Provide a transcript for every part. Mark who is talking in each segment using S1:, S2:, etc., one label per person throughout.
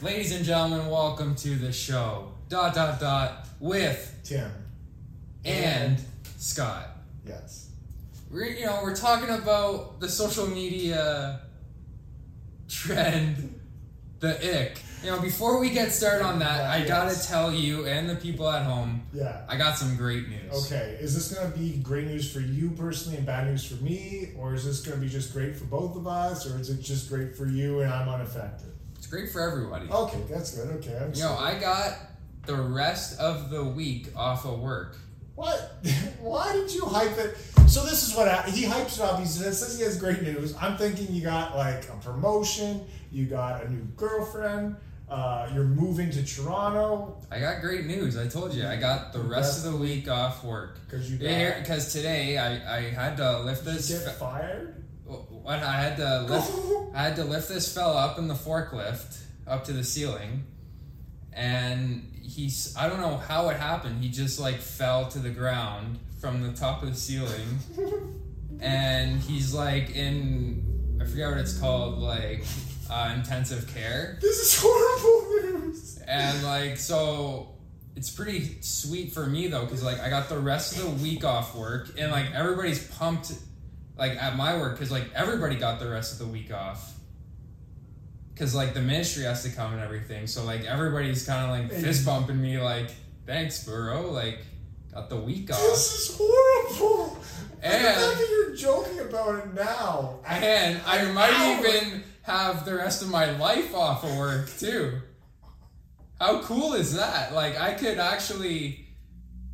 S1: Ladies and gentlemen, welcome to the show. Dot dot dot with
S2: Tim.
S1: and Scott.
S2: Yes.
S1: We're you know we're talking about the social media trend, the ick. You know, before we get started on that, I gotta
S2: Yes.
S1: tell you and the people at home,
S2: Yeah.
S1: I got some great news.
S2: Okay. Is this gonna be great news for you personally and bad news for me, or is this gonna be just great for both of us, or is it just great for you and I'm unaffected?
S1: It's great for everybody.
S2: Okay, that's good. Okay. I'm
S1: You know,
S2: excited.
S1: I got the rest of the week off of work.
S2: What? Why did you hype it? So this is what I, he hypes it up. He says, says he has great news. I'm thinking you got like a promotion, you got a new girlfriend, uh, you're moving to Toronto
S1: I got great news. I told you, I got the rest of the week off work.
S2: because you got
S1: Yeah, because today I, I had to lift
S2: you
S1: this
S2: get
S1: fe-
S2: fired.
S1: when I had to lift I had to lift this fella up in the forklift up to the ceiling, and he's I don't know how it happened. He just like fell to the ground from the top of the ceiling, and he's like in I forget what it's called like uh, intensive care.
S2: This is horrible news.
S1: And like so it's pretty sweet for me though cuz like I got the rest of the week off work and like everybody's pumped like at my work cuz like everybody got the rest of the week off. Cuz like the ministry has to come and everything. So like everybody's kind of like fist bumping me like thanks bro like got the week off.
S2: This is horrible. And the
S1: And-
S2: fact that you're joking about it now.
S1: And I might even have the rest of my life off of work too. How cool is that? Like I could actually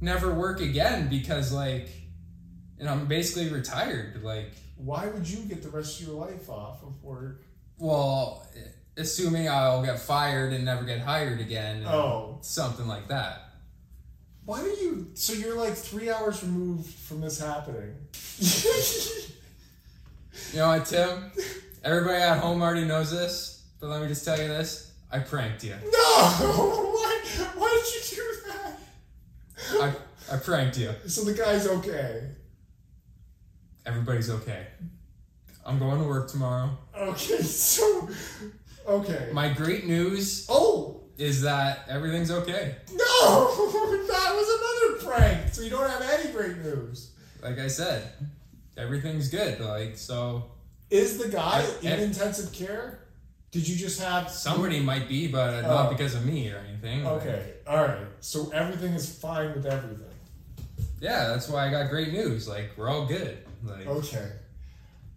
S1: never work again because like and I'm basically retired. Like
S2: Why would you get the rest of your life off of work?
S1: well assuming I'll get fired and never get hired again. and
S2: Oh,
S1: Something like that.
S2: why do you? So you're like three hours removed from this happening.
S1: You know what, Tim? Everybody at home already knows this, but let me just tell you this. I pranked you.
S2: no, why? Why did you do that?
S1: I, I pranked you.
S2: So the guy's okay.
S1: Everybody's okay. I'm going to work tomorrow.
S2: Okay, so okay.
S1: My great news
S2: oh
S1: is that everything's okay.
S2: no, that was another prank. So you don't have any great news.
S1: Like I said, everything's good. Like so,
S2: Is the guy
S1: I-
S2: in
S1: I-
S2: intensive care? Did you just have
S1: somebody might be, but not
S2: Oh.
S1: because of me or anything. Like,
S2: Okay, all right. So everything is fine with everything.
S1: yeah, that's why I got great news. Like we're all good. Like
S2: Okay.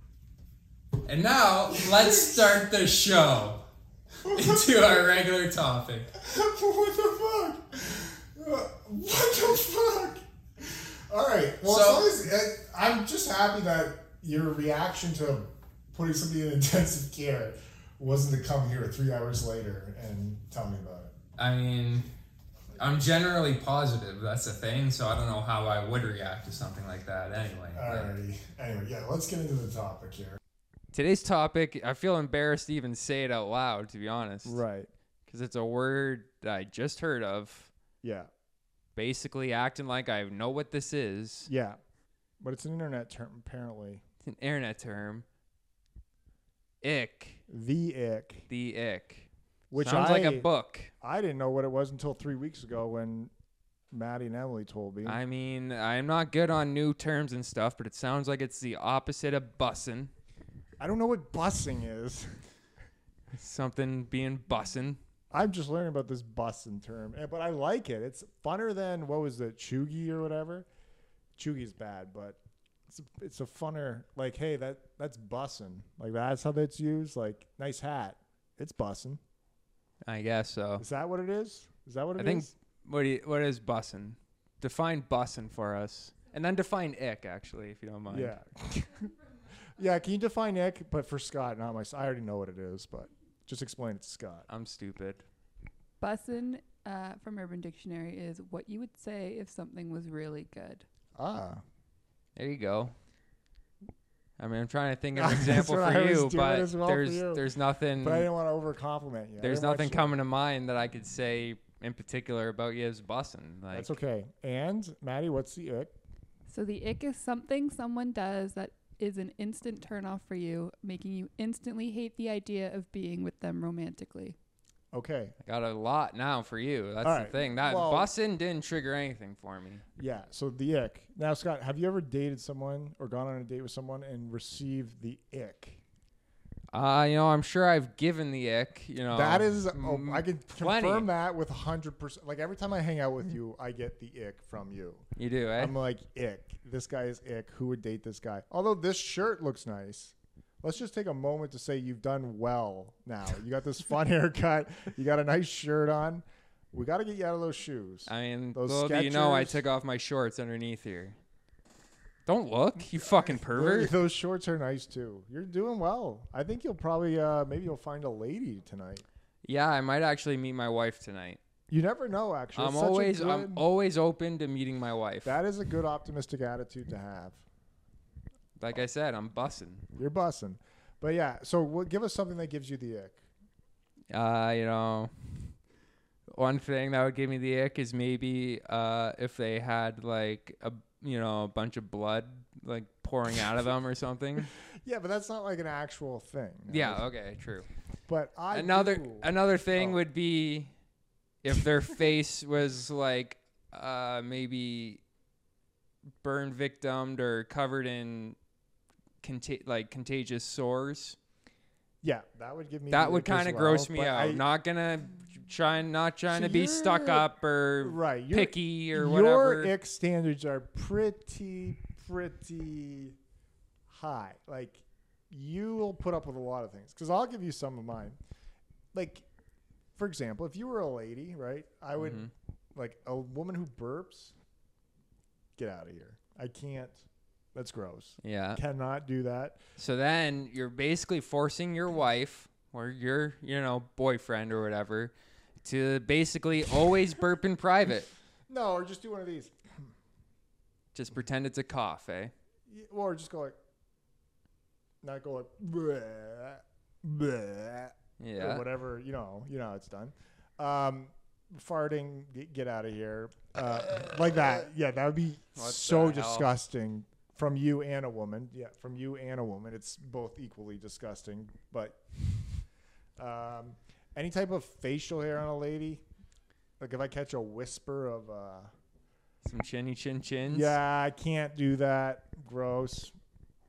S1: and now let's start the show into our regular topic.
S2: what the fuck? Uh, What the fuck? All right. Well,
S1: So-
S2: as long as, I- I'm just happy that your reaction to putting somebody in intensive care wasn't to come here three hours later and tell me about it.
S1: I mean, I'm generally positive. That's a thing. So I don't know how I would react to something like that. Anyway. Like,
S2: Alrighty. Anyway, yeah, let's get into the topic here.
S1: Today's topic, I feel embarrassed to even say it out loud, to be honest.
S2: Right.
S1: Because it's a word that I just heard of,
S2: Yeah.
S1: basically acting like I know what this is.
S2: Yeah. But it's an internet term, apparently.
S1: It's an internet term. Ick.
S2: The ick,
S1: The ick. Sounds like a book.
S2: I didn't know what it was until three weeks ago when Maddie and Emily told me.
S1: I mean, I'm not good on new terms and stuff, but it sounds like it's the opposite of bussin'.
S2: I don't know what bussing is.
S1: Something being bussin'.
S2: I'm just learning about this bussing term, eh, but I like it. It's funner than what was it, chuggy or whatever. Chuggy's bad, but it's a, it's a funner like, hey, that that's bussing. Like that's how that's used. Like nice hat. It's bussing.
S1: I guess so.
S2: Is that what it is? Is that what it
S1: I
S2: is?
S1: think what do you, what is bussin'? Define bussin' for us, and then define ick actually, if you don't mind.
S2: Yeah. yeah. Can you define Nick? But for Scott, not my. I already know what it is, but just explain it to Scott.
S1: I'm stupid.
S3: Bussin' uh, from Urban Dictionary is what you would say if something was really good.
S2: Ah.
S1: There you go. I mean, I'm trying to think of an
S2: That's
S1: example
S2: what
S1: for
S2: I was
S1: you,
S2: doing
S1: but
S2: as well for
S1: there's
S2: you.
S1: there's nothing
S2: But I didn't want to overcompliment you. I
S1: Mm. there's
S2: didn't want
S1: nothing
S2: you-
S1: coming to mind that I could say in particular about you as bussin'. Like
S2: That's okay. And Maddie, what's the ick?
S3: So the ick is something someone does that is an instant turnoff for you, making you instantly hate the idea of being with them romantically?
S2: Okay.
S1: I got a lot now for you. That's
S2: All right.
S1: the thing. That
S2: Well-
S1: bussin' didn't trigger anything for me.
S2: Yeah. So the ick. Now, Scott, have you ever dated someone or gone on a date with someone and received the ick?
S1: Uh, you know, I'm sure I've given the ick. You know,
S2: that is, oh,
S1: mm,
S2: I can
S1: plenty.
S2: confirm that with 100%. Like every time I hang out with you, I get the ick from you.
S1: You do, eh?
S2: I'm like, ick. This guy is ick. Who would date this guy? Although this shirt looks nice. Let's just take a moment to say you've done well now. You got this fun haircut. You got a nice shirt on. We got to get you out of those shoes.
S1: I mean,
S2: Those
S1: little do you know, I
S2: Skechers.
S1: took off my shorts underneath here. Don't look, you fucking pervert.
S2: Those shorts are nice too. You're doing well. I think you'll probably, uh, maybe you'll find a lady tonight.
S1: Yeah, I might actually meet my wife tonight.
S2: You never know, actually.
S1: I'm
S2: It's such a
S1: always, I'm
S2: good-
S1: always open to meeting my wife.
S2: that is a good optimistic attitude to have.
S1: like I said, I'm bussing.
S2: You're bussing. But yeah, so what, give us something that gives you the ick.
S1: Uh, you know, one thing that would give me the ick is maybe uh, if they had like a you know a bunch of blood like pouring out of them or something.
S2: Yeah, but that's not like an actual thing.
S1: Yeah. Okay. True.
S2: But I
S1: another
S2: do.
S1: another thing
S2: Oh.
S1: would be if their face was like uh, maybe burn victimed or covered in conta- like contagious sores.
S2: yeah, that would give me
S1: that
S2: the
S1: would
S2: ick as
S1: kind of
S2: well,
S1: gross me
S2: but
S1: out.
S2: I-
S1: not gonna trying not trying
S2: So
S1: to be stuck
S2: you're-
S1: up or
S2: right. Your,
S1: picky or whatever.
S2: Your ick standards are pretty pretty high. Like you will put up with a lot of things cuz I'll give you some of mine. Like for example, if you were a lady, right? I would
S1: Mhm.
S2: like a woman who burps get out of here. I can't. That's gross.
S1: yeah.
S2: Cannot do that.
S1: So then you're basically forcing your wife or your, you know, boyfriend or whatever to basically always burp in private.
S2: No, or just do one of these.
S1: Just pretend it's a cough, eh?
S2: Y- Or just go like not go like bleh, bleh. or
S1: Yeah.
S2: whatever you know you know how it's done um farting get, get out of here uh, like that yeah that would be
S1: What
S2: so
S1: the hell?
S2: disgusting from you and a woman yeah from you and a woman it's both equally disgusting but um any type of facial hair on a lady like if i catch a whisper of uh
S1: Some chinny chin chins.
S2: yeah i can't do that gross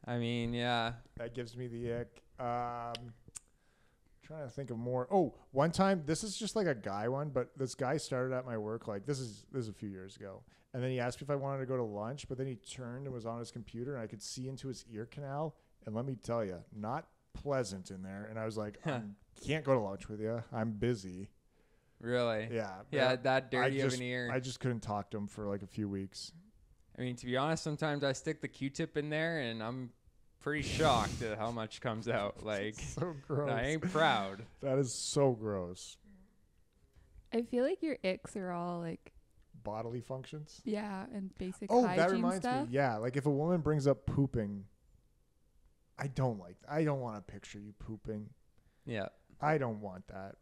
S1: I mean, yeah.
S2: that gives me the ick. Um, trying to think of more. Oh, one time, this is just like a guy one, but this guy started at my work. Like this is this is a few years ago, and then he asked me if I wanted to go to lunch, but then he turned and was on his computer, and I could see into his ear canal. And let me tell you, not pleasant in there. And I was like, I can't go to lunch with you. I'm busy.
S1: Really.
S2: Yeah.
S1: Yeah,
S2: I-
S1: that
S2: I
S1: dirty
S2: just,
S1: of an ear.
S2: I just couldn't talk to him for like a few weeks.
S1: I mean, to be honest, sometimes I stick the Q-tip in there and I'm pretty shocked at how much comes out. Oh, Like,
S2: So gross.
S1: I ain't proud.
S2: That is so gross.
S3: I feel like your icks are all like,
S2: Bodily functions.
S3: yeah, and basic
S2: Oh,
S3: hygiene
S2: that reminds
S3: stuff.
S2: me. Yeah, like if a woman brings up pooping, I don't like. I don't want to picture you pooping.
S1: Yeah.
S2: I don't want that.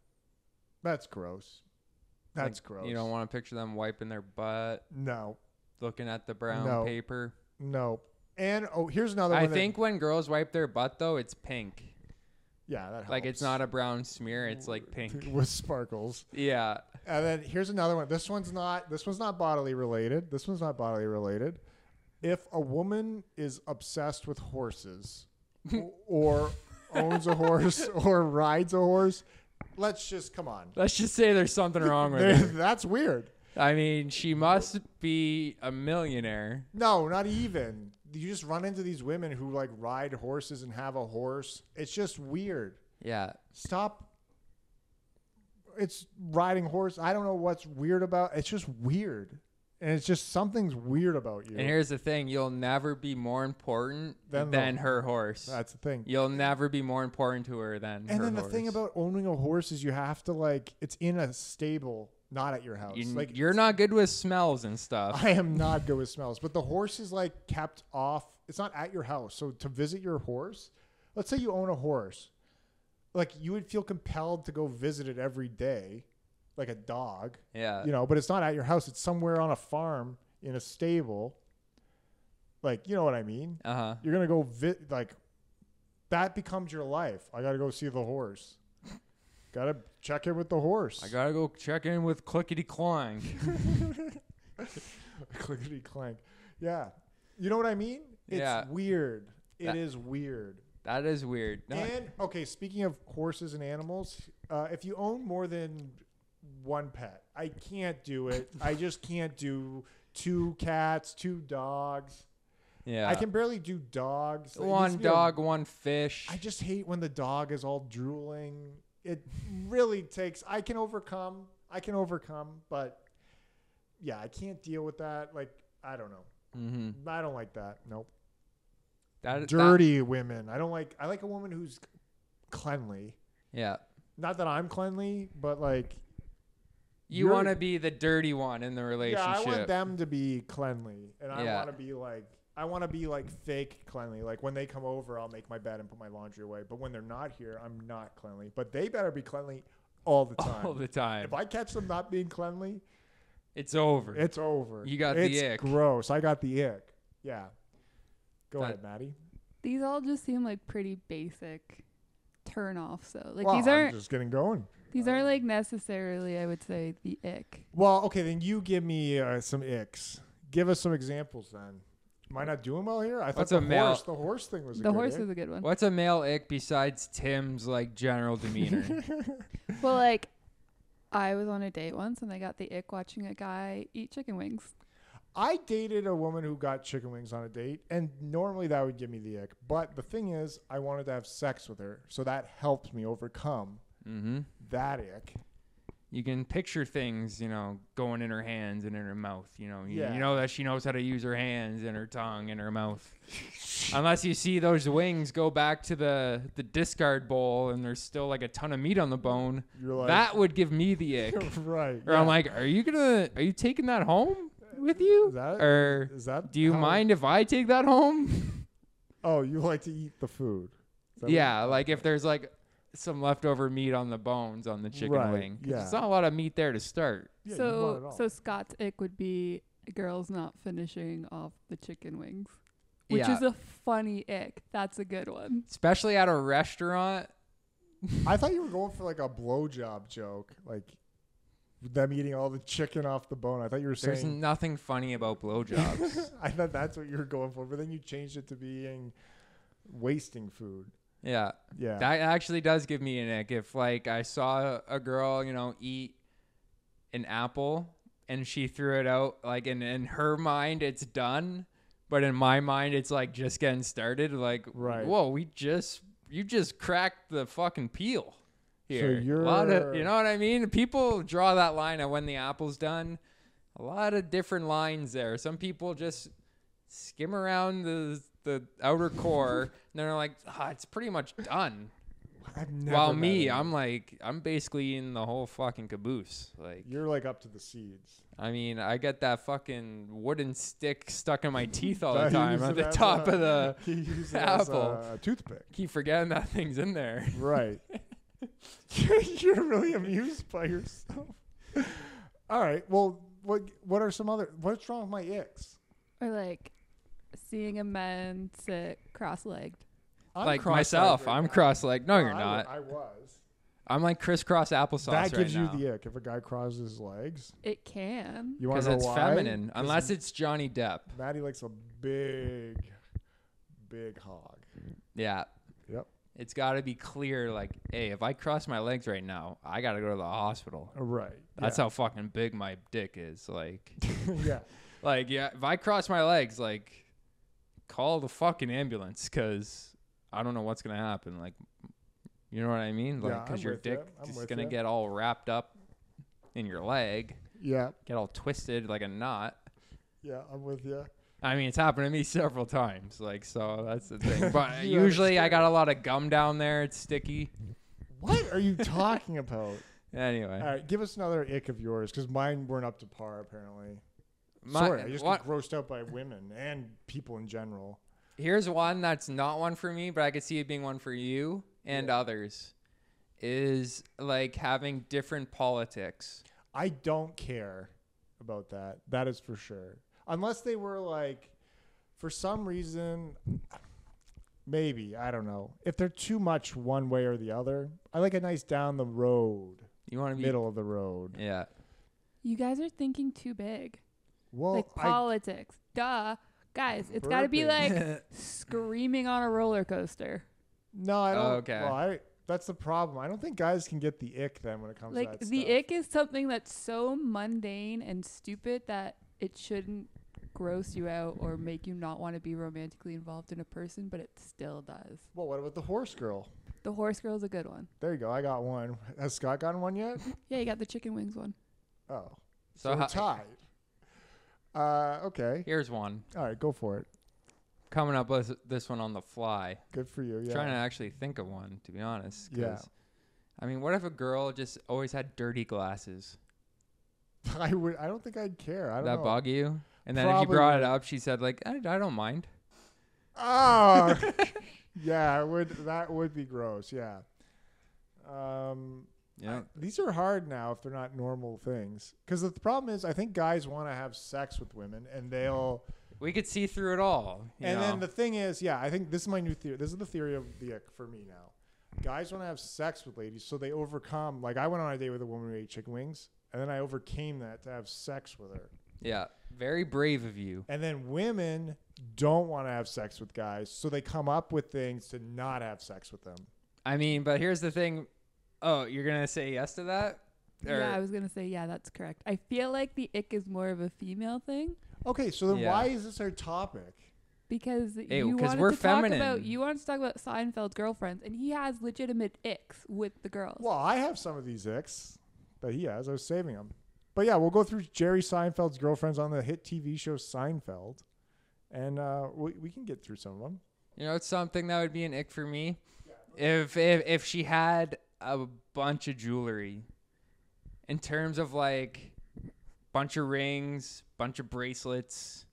S2: That's gross. That's gross.
S1: You don't want to picture them wiping their butt,
S2: No,
S1: looking at the brown
S2: No.
S1: paper.
S2: no. And oh, here's another one.
S1: I
S2: that-
S1: think when girls wipe their butt though, it's pink.
S2: yeah, that helps.
S1: Like it's not a brown smear, it's like pink.
S2: with sparkles.
S1: Yeah.
S2: And then here's another one. This one's not this one's not bodily related. This one's not bodily related. If a woman is obsessed with horses o- or owns a horse or rides a horse, let's just come on.
S1: Let's just say there's something wrong with
S2: There-
S1: her.
S2: That's weird.
S1: I mean, she must be a millionaire.
S2: No, not even. You just run into these women who like ride horses and have a horse. It's just weird.
S1: Yeah.
S2: Stop. It's riding horse. I don't know what's weird about. It's just weird. And it's just something's weird about you.
S1: And here's the thing, you'll never be more important
S2: Than
S1: than,
S2: the-
S1: her horse.
S2: That's the thing.
S1: You'll never be more important to her than
S2: And
S1: her
S2: then the
S1: horse.
S2: thing about owning a horse is you have to like it's in a stable, not at your house.
S1: you,
S2: like
S1: you're not good with smells and stuff.
S2: I am not good with smells, but the horse is like kept off. It's not at your house, so to visit your horse, let's say you own a horse, like you would feel compelled to go visit it every day, like a dog,
S1: yeah.
S2: you know. But it's not at your house; it's somewhere on a farm in a stable. Like, you know what I mean?
S1: Uh huh.
S2: You're gonna go vi- like that becomes your life. I gotta go see the horse. gotta check in with the horse.
S1: I gotta go check in with Clickety Clang.
S2: clickety clank. Yeah, you know what I mean? It's
S1: Yeah.
S2: weird. It is
S1: That-
S2: weird.
S1: that is weird. No,
S2: And okay, speaking of horses and animals, uh, if you own more than one pet, I can't do it. I just can't do two cats, two dogs.
S1: yeah.
S2: I can barely do dogs. It needs to
S1: one
S2: be a-
S1: dog, one fish.
S2: I just hate when the dog is all drooling. It really takes. I can overcome. I can overcome, but yeah, I can't deal with that. Like I don't know.
S1: mm-hmm.
S2: I don't like that. Nope.
S1: that,
S2: Dirty women. I don't like. I like a woman who's cleanly.
S1: That, yeah.
S2: Not that I'm cleanly, but like
S1: You
S2: You're-
S1: want to be the dirty one in the
S2: yeah,
S1: relationship.
S2: I want them to be cleanly, and I
S1: Yeah.
S2: want to be like I want to be like fake cleanly. Like when they come over, I'll make my bed and put my laundry away. But when they're not here, I'm not cleanly. But they better be cleanly all the time.
S1: all the time.
S2: If I catch them not being cleanly,
S1: it's over.
S2: it's over.
S1: You got the
S2: it's
S1: ick.
S2: Gross. I got the ick. Yeah. Go
S1: That-
S2: ahead, Maddie.
S3: These all just seem like pretty basic turn offs though. Like
S2: well,
S3: these
S2: I'm
S3: aren't
S2: just getting going.
S3: these aren't like necessarily I would say the ick.
S2: Well, okay, then you give me uh, some icks. Give us some examples then. Am I not doing well here? I thought
S1: What's
S2: the
S1: a male-
S2: horse, the horse thing was a
S3: The
S2: good
S3: horse
S2: ick.
S3: is a good one.
S1: What's a male ick besides Tim's like general demeanor?
S3: Well, like I was on a date once and I got the ick watching a guy eat chicken wings.
S2: I dated a woman who got chicken wings on a date, and normally that would give me the ick. But the thing is, I wanted to have sex with her, so that helped me overcome
S1: mm-hmm.
S2: that ick.
S1: You can picture things, you know, going in her hands and in her mouth. You know, you,
S2: Yeah.
S1: you know that she knows how to use her hands and her tongue and her mouth. Unless you see those wings go back to the the discard bowl and there's still like a ton of meat on the bone,
S2: You're like
S1: that would give me the ick.
S2: right?
S1: Or I'm like, are you gonna? Are you taking that home with you?
S2: Is that-
S1: or
S2: is that?
S1: do you
S2: how-
S1: mind if I take that home?
S2: Oh, you like to eat the food? Is that what-
S1: yeah, like if there's like some leftover meat on the bones on the chicken
S2: Right,
S1: wing. 'cause There's
S2: yeah.
S1: not a lot of meat there to start.
S2: Yeah, you want it
S3: so
S2: all.
S3: so Scott's ick would be girls not finishing off the chicken wings. Which
S1: Yeah.
S3: is a funny ick. That's a good one.
S1: Especially at a restaurant.
S2: I thought you were going for like a blowjob joke, like them eating all the chicken off the bone. I thought you were
S1: There's
S2: saying.
S1: nothing funny about blowjobs.
S2: I thought that's what you were going for, but then you changed it to being wasting food.
S1: yeah.
S2: Yeah.
S1: That actually does give me an ick. If like I saw a girl, you know, eat an apple and she threw it out, like in in her mind it's done, but in my mind it's like just getting started. Like,
S2: Right.
S1: Whoa, we just you just cracked the fucking peel. Here,
S2: you're-
S1: a lot of, you know what I mean. People draw that line at when the apple's done. A lot of different lines there. Some people just skim around the the outer core, and they're like, ah, it's pretty much done.
S2: I've never
S1: While
S2: met
S1: me,
S2: anyone.
S1: I'm like, I'm basically in the whole fucking caboose. Like,
S2: You're like up to the seeds.
S1: I mean, I get that fucking wooden stick stuck in my teeth all
S2: Uh,
S1: the
S2: he
S1: time
S2: used
S1: at
S2: it
S1: the
S2: as
S1: top
S2: a-
S1: of the.
S2: he used it as
S1: apple.
S2: a toothpick.
S1: Keep forgetting that thing's in there.
S2: Right. You're really amused by yourself. All right. Well, what what are some other? What's wrong with my icks?
S3: Or like seeing a man sit cross legged.
S2: I'm
S1: like
S2: cross-eyed
S1: myself,
S2: right
S1: I'm
S2: now.
S1: cross-legged. No,
S2: Uh,
S1: you're
S2: I
S1: not.
S2: wa- I was.
S1: I'm like crisscross applesauce
S2: that gives
S1: right
S2: you
S1: now.
S2: the ick if a guy crosses his legs.
S3: It can.
S2: You want
S1: because
S2: to know
S1: it's
S2: why?
S1: feminine,
S2: 'Cause
S1: unless it's Johnny Depp.
S2: Maddie likes a big, big hog.
S1: Yeah.
S2: Yep.
S1: It's got to be clear. Like, hey, if I cross my legs right now, I got to go to the hospital.
S2: Uh, Right.
S1: That's how fucking big my dick is. Like,
S2: yeah.
S1: like yeah, if I cross my legs, like, call the fucking ambulance because I don't know what's gonna happen. Like, you know what I mean?
S2: Yeah,
S1: Like, because
S2: I'm
S1: your
S2: with ya.
S1: dick
S2: I'm
S1: is
S2: with
S1: gonna
S2: ya.
S1: get all wrapped up in your leg,
S2: Yeah.
S1: get all twisted like a knot.
S2: Yeah. I'm with you.
S1: I mean, it's happened to me several times. Like, so that's the thing. But
S2: You have
S1: usually, I got a lot of gum down there. It's sticky.
S2: What are you talking about?
S1: Anyway,
S2: All right, give us another ick of yours because mine weren't up to par apparently.
S1: My-
S2: Sorry, I just
S1: what-
S2: get grossed out by women and people in general.
S1: Here's one that's not one for me, but I could see it being one for you and others. Is like having different politics.
S2: I don't care about that. That is for sure. Unless they were like for some reason, maybe I don't know if they're too much one way or the other. I like a nice down the road,
S1: You want to be
S2: middle of the road.
S1: Yeah.
S3: You guys are thinking too big.
S2: Well,
S3: like
S2: I,
S3: politics. Duh. Guys, it's got to be
S2: Burping.
S3: like screaming on a roller coaster.
S2: no, I don't.
S1: Oh, Okay.
S2: Well, I, that's the problem. I don't think guys can get the ick then when it comes
S3: Like
S2: to that
S3: the
S2: stuff.
S3: ick is something that's so mundane and stupid that it shouldn't gross you out or make you not want to be romantically involved in a person, but it still does.
S2: Well, what about the horse girl?
S3: The horse girl's a good one.
S2: There you go. I got one. Has Scott gotten one yet?
S3: Yeah, you got the chicken wings one.
S2: Oh,
S1: So
S2: so, we're
S1: how-
S2: tied. Uh, okay.
S1: Here's one
S2: All right, go for it.
S1: coming up with this one on the fly.
S2: Good for you. Yeah.
S1: Trying to actually think of one to be honest. 'cause,
S2: Yeah.
S1: I mean, what if a girl just always had dirty glasses?
S2: I would. I don't think I'd care. I don't
S1: that
S2: know.
S1: bug you? And then if you
S2: Probably
S1: brought it
S2: would.
S1: up, she said like, I, I don't mind.
S2: Oh, yeah. It would that would be gross? Yeah. Um,
S1: Yeah.
S2: these are hard now if they're not normal things. Because the problem is, I think guys want to have sex with women, and they'll.
S1: We could see through it all. You
S2: and
S1: know?
S2: then the thing is, yeah, I think this is my new theory. This is the theory of the ick for me now. Guys want to have sex with ladies, so they overcome. Like I went on a date with a woman who ate chicken wings, and then I overcame that to have sex with her.
S1: yeah, very brave of you.
S2: And then women don't want to have sex with guys, so they come up with things to not have sex with them.
S1: I mean, but here's the thing. Oh, you're gonna say yes to that? Or-
S3: Yeah, I was going to say, yeah, that's correct. I feel like the ick is more of a female thing
S2: Okay, so then
S1: Yeah.
S2: why is this our topic?
S3: because you
S1: 'cause
S3: wanted
S1: we're
S3: to talk about
S1: feminine.
S3: you wanted to talk about Seinfeld's girlfriends and he has legitimate icks with the girls.
S2: Well, I have some of these icks that he has. I was saving them. But yeah, we'll go through Jerry Seinfeld's girlfriends on the hit TV show Seinfeld, and uh, we, we can get through some of them.
S1: You know, it's something that would be an ick for me. If if if she had a bunch of jewelry, in terms of like bunch of rings, bunch of bracelets,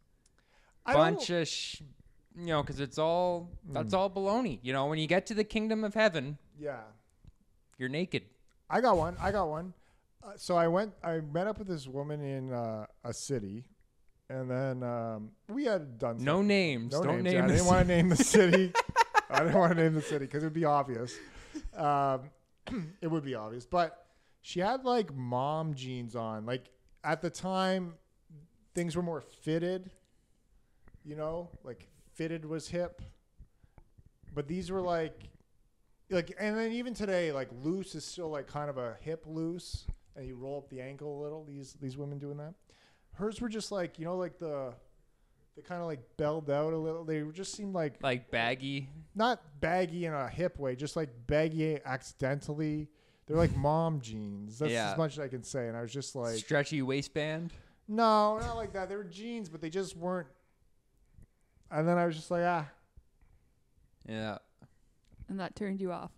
S2: I don't- Hmm.
S1: bunch of sh- you know, because it's all that's all baloney. You know, when you get to the kingdom of heaven,
S2: Yeah,
S1: you're naked.
S2: I got one. I got one. Uh, so I went. I met up with this woman in uh, a city, and then um, we had done some-
S1: No names.
S2: No
S1: Don't
S2: names. Yeah,
S1: name.
S2: I
S1: the
S2: didn't want to name the city. I didn't want to name the city because it would be obvious. Um, it would be obvious. But she had like mom jeans on. Like at the time, things were more fitted. You know, like fitted was hip. But these were like, like, and then even today, like loose is still like kind of a hip loose, and you roll up the ankle a little. These these women doing that. Hers were just like you know like the they kind of like belled out a little. They just seemed like
S1: Like baggy.
S2: not baggy in a hip way, just like baggy accidentally. They're like mom jeans. That's
S1: Yeah.
S2: as much as I can say. And I was just like,
S1: stretchy waistband.
S2: no, not like that. They were jeans, but they just weren't. And then I was just like, ah,
S1: Yeah.
S3: and that turned you off.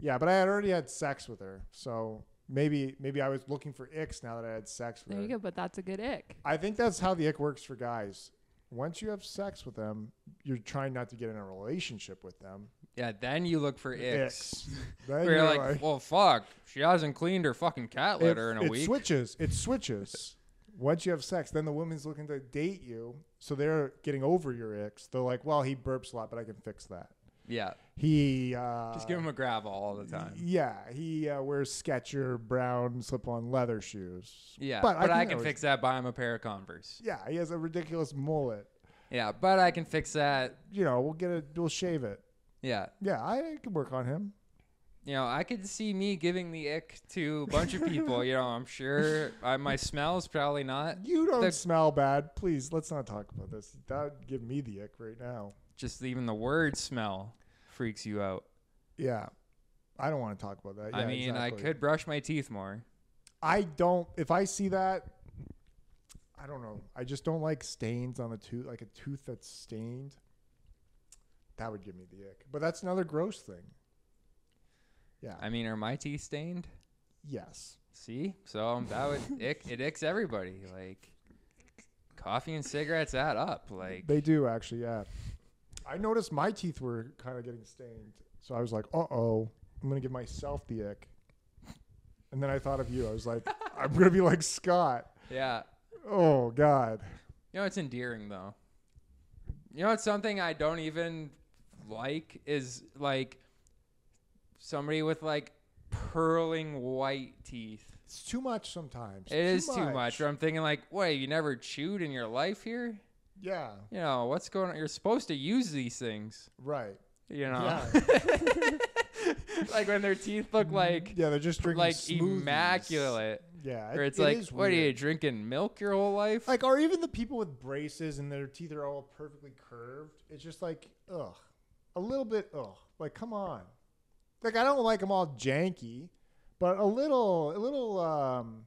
S2: yeah. But I had already had sex with her, so maybe maybe I was looking for icks now that I had sex with
S3: There
S2: her.
S3: you go, but that's a good ick.
S2: I think that's how the ick works for guys. Once you have sex with them, you're trying not to get in a relationship with them.
S1: Yeah, then you look for icks.
S2: Then
S1: We're
S2: you're
S1: like, well, fuck. She hasn't cleaned her fucking cat
S2: it,
S1: litter in a
S2: it
S1: week.
S2: switches. It switches. Once you have sex, then the woman's looking to date you, so they're getting over your ex. They're like, "Well, he burps a lot, but I can fix that."
S1: yeah,
S2: He uh,
S1: just give him a gravel all the time.
S2: Yeah, he uh, wears Sketcher brown slip-on leather shoes.
S1: Yeah, but, I, can
S2: always-
S1: fix that. Buy him a pair of Converse.
S2: Yeah, he has a ridiculous mullet.
S1: Yeah, but I can fix that.
S2: You know, we'll get a, we'll shave it.
S1: Yeah,
S2: Yeah, I can work on him.
S1: you know, I could see me giving the ick to a bunch of people. you know, I'm sure I, my smell's probably not
S2: You don't
S1: The-
S2: smell bad. Please, let's not talk about this. That would give me the ick right now.
S1: just even the word smell freaks you out.
S2: Yeah, I don't want to talk about that.
S1: I
S2: Yeah,
S1: mean, I
S2: exactly.
S1: could brush my teeth more.
S2: I don't. If I see that, I don't know. I just don't like stains on the tooth, like a tooth that's stained. That would give me the ick. But that's another gross thing. Yeah.
S1: I mean, are my teeth stained?
S2: yes.
S1: See, so um, that would ick, it icks everybody. Like coffee and cigarettes add up. Like
S2: They do actually. Yeah. I noticed my teeth were kind of getting stained, so I was like, "Uh oh, I'm gonna give myself the ick." And then I thought of you. I was like, "I'm gonna be like Scott."
S1: yeah,
S2: Oh God.
S1: you know, it's endearing though. You know, it's something I don't even like is like somebody with like purling white teeth.
S2: It's too much sometimes.
S1: It is too much. Where I'm thinking like, wait, you never chewed in your life here?
S2: Yeah,
S1: You know, what's going on? You're supposed to use these things.
S2: right.
S1: You know,
S2: Yeah.
S1: like when their teeth look like
S2: Yeah, Mm-hmm. they're just drinking
S1: like
S2: smoothies.
S1: immaculate.
S2: Yeah,
S1: Or it's
S2: it
S1: like,
S2: is
S1: what are you
S2: weird.
S1: drinking milk your whole life?
S2: Like, are even the people with braces and their teeth are all perfectly curved? It's just like, ugh, a little bit, ugh. Like, come on. Like, I don't like them all janky, but a little, a little um,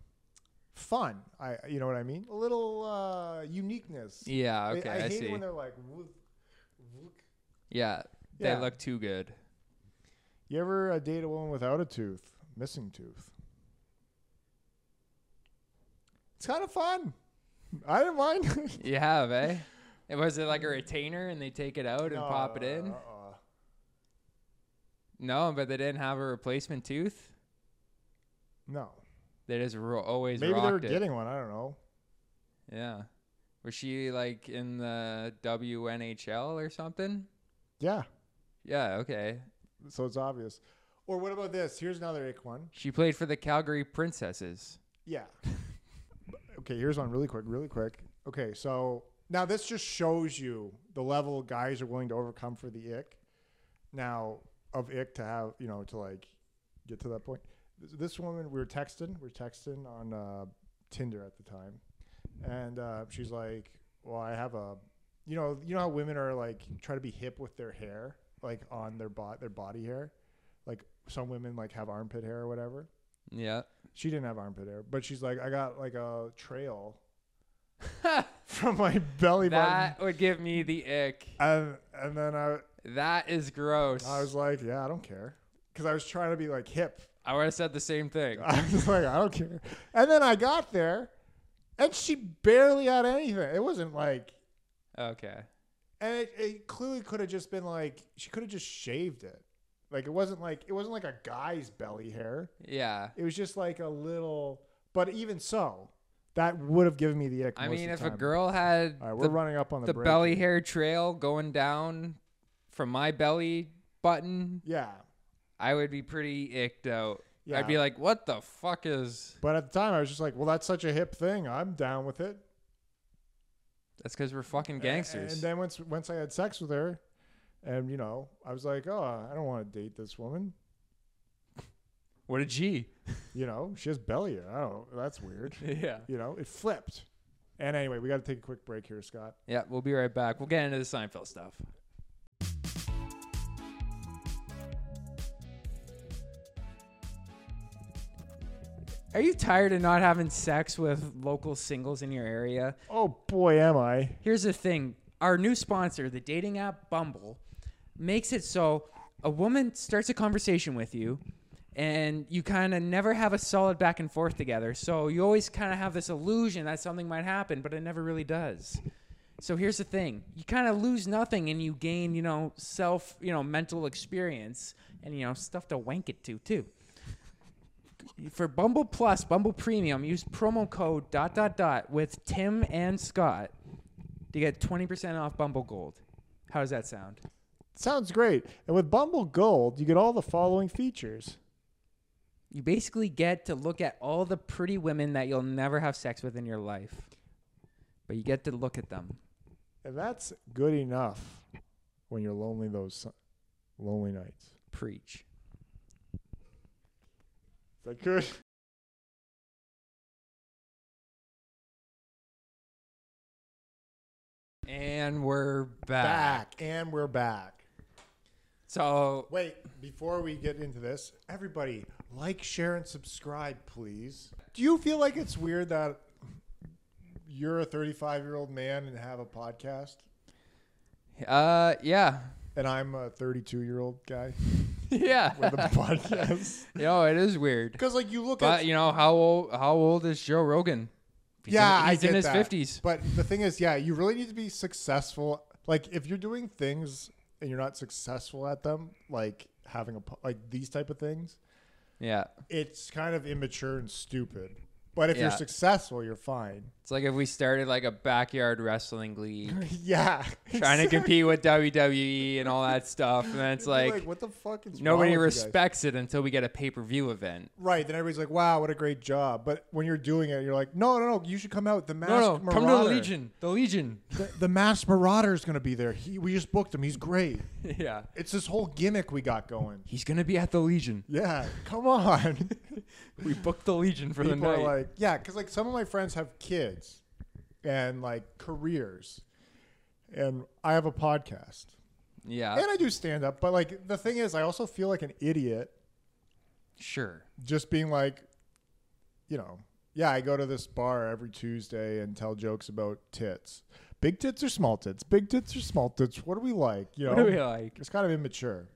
S2: fun. I, you know what I mean? A little uh, uniqueness.
S1: yeah,
S2: I-
S1: okay,
S2: I,
S1: I,
S2: hate it
S1: see.
S2: when they're like, woof, woof.
S1: yeah, they
S2: Yeah.
S1: look too good.
S2: you ever uh, date a woman without a tooth, missing tooth? It's kind of fun. I didn't mind.
S1: You have, eh? And was it like a retainer and they take it out and pop it
S2: No,
S1: in?
S2: uh-uh.
S1: No, but they didn't have a replacement tooth.
S2: No.
S1: They just ro- always
S2: Maybe they were
S1: rocked it.
S2: getting one. I don't know.
S1: yeah. Was she like in the WNHL or something?
S2: Yeah.
S1: Yeah, okay.
S2: So it's obvious. Or what about this? Here's another ick one.
S1: She played for the Calgary Princesses.
S2: Yeah. okay. Here's one really quick, really quick. Okay. So now this just shows you the level guys are willing to overcome for the ick. Now, of ick to have, you know, to like get to that point. This, this woman, we were texting, we were texting on uh, Tinder at the time. And uh, she's like, well, I have a, you know, you know how women are like try to be hip with their hair, like on their bot, their body hair. Like some women like have armpit hair or whatever.
S1: Yeah.
S2: She didn't have armpit hair, but she's like, I got like a trail from my belly
S1: That would give me the ick.
S2: button, and and then I
S1: That is gross.
S2: I was like, yeah, I don't care, because I was trying to be like hip.
S1: would have said the same thing.
S2: I was like, I don't care. And then I got there, and she barely had anything. It wasn't like,
S1: Okay.
S2: and it, it clearly could have just been like she could have just shaved it. Like it wasn't like it wasn't like a guy's belly hair.
S1: Yeah.
S2: It was just like a little. But even so, that would have given me the ick.
S1: I
S2: most
S1: mean,
S2: of
S1: if
S2: the
S1: a
S2: time.
S1: girl had
S2: All right, we're
S1: the
S2: running up on the,
S1: the
S2: break
S1: belly
S2: here.
S1: hair trail going down from my belly button,
S2: Yeah,
S1: I would be pretty icked out.
S2: yeah.
S1: I'd be like, "What the fuck is?"
S2: but at the time, I was just like, "Well, that's such a hip thing. I'm down with it."
S1: That's because we're fucking gangsters.
S2: And then once once I had sex with her, and you know, I was like, "Oh, I don't want to date this woman."
S1: what a G!
S2: You know, she has belly hair. I don't. know. That's weird.
S1: yeah.
S2: you know, it flipped. And anyway, we got to take a quick break here, Scott.
S1: Yeah. We'll be right back. We'll get into the Seinfeld stuff. Are you tired of not having sex with local singles in your area?
S2: Oh boy, am I!
S4: Here's the thing our new sponsor, the dating app Bumble, makes it so a woman starts a conversation with you and you kind of never have a solid back and forth together. So you always kind of have this illusion that something might happen, but it never really does. So here's the thing you kind of lose nothing and you gain, you know, self, you know, mental experience and, you know, stuff to wank it to, too for Bumble Plus, Bumble Premium, use promo code dot dot dot with Tim and Scott to get 20% off Bumble Gold. How does that sound?
S2: Sounds great. And with Bumble Gold, you get all the following features.
S4: You basically get to look at all the pretty women that you'll never have sex with in your life, but you get to look at them.
S2: And that's good enough when you're lonely those lonely nights.
S4: Preach.
S2: Is that good?
S1: And we're back.
S2: Back. And we're back.
S1: So
S2: Wait, before we get into this, everybody, like, share, and subscribe, please. Do you feel like it's weird that you're a 35 year old man and have a podcast,
S1: Uh, yeah,
S2: and I'm a 32 year old guy
S1: yeah.
S2: with a podcast?
S1: you know, it is weird.
S2: Because, like, you look at.
S1: But you know, how old? How old is Joe Rogan? He's
S2: yeah,
S1: in,
S2: I
S1: he's
S2: get
S1: in his
S2: that.
S1: fifties.
S2: But the thing is, yeah, you really need to be successful. Like, if you're doing things and you're not successful at them, like having a po- like these type of things,
S1: Yeah,
S2: it's kind of immature and stupid. But if you're
S1: Yeah.
S2: successful, you're fine.
S1: It's like if we started like a backyard wrestling league,
S2: yeah.
S1: trying to
S2: exactly.
S1: compete with WWE and all that stuff, and then it's
S2: You're
S1: like
S2: what the fuck is
S1: nobody
S2: wrong with you guys?
S1: respects it until we get a pay per view event.
S2: Right. Then everybody's like, wow, what a great job. But when you're doing it, you're like, no, no, no, you should come out. The Masked
S1: No, no, come
S2: Marauder.
S1: to the Legion. The Legion.
S2: The, the Masked Marauder is going to be there. He, we just booked him. He's great.
S1: yeah.
S2: It's this whole gimmick we got going.
S1: He's gonna be at the Legion.
S2: Yeah, come on.
S1: We booked the Legion for the
S2: People
S1: night.
S2: are like, yeah, because like some of my friends have kids and like careers, and I have a podcast
S1: yeah,
S2: and I do stand up. But like the thing is, I also feel like an idiot
S1: sure.
S2: just being like, you know, yeah, I go to this bar every Tuesday and tell jokes about tits. Big tits or small tits? Big tits or small tits? What do we like? You know,
S1: What do we like?
S2: it's kind of immature.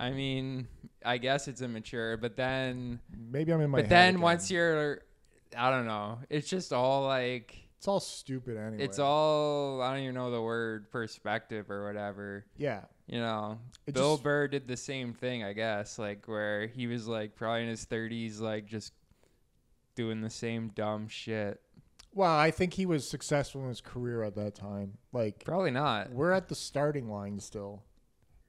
S1: I mean, I guess it's immature, but then,
S2: Maybe I'm in my.
S1: but
S2: head
S1: then
S2: again.
S1: once you're, I don't know. It's just all like
S2: it's all stupid anyway.
S1: it's all I don't even know the word perspective or whatever.
S2: yeah.
S1: You know,
S2: It
S1: Bill
S2: just-
S1: Burr did the same thing, I guess, like where he was like probably in his 30s, like just doing the same dumb shit.
S2: Well, I think he was successful in his career at that time. Like
S1: Probably not.
S2: we're at the starting line still.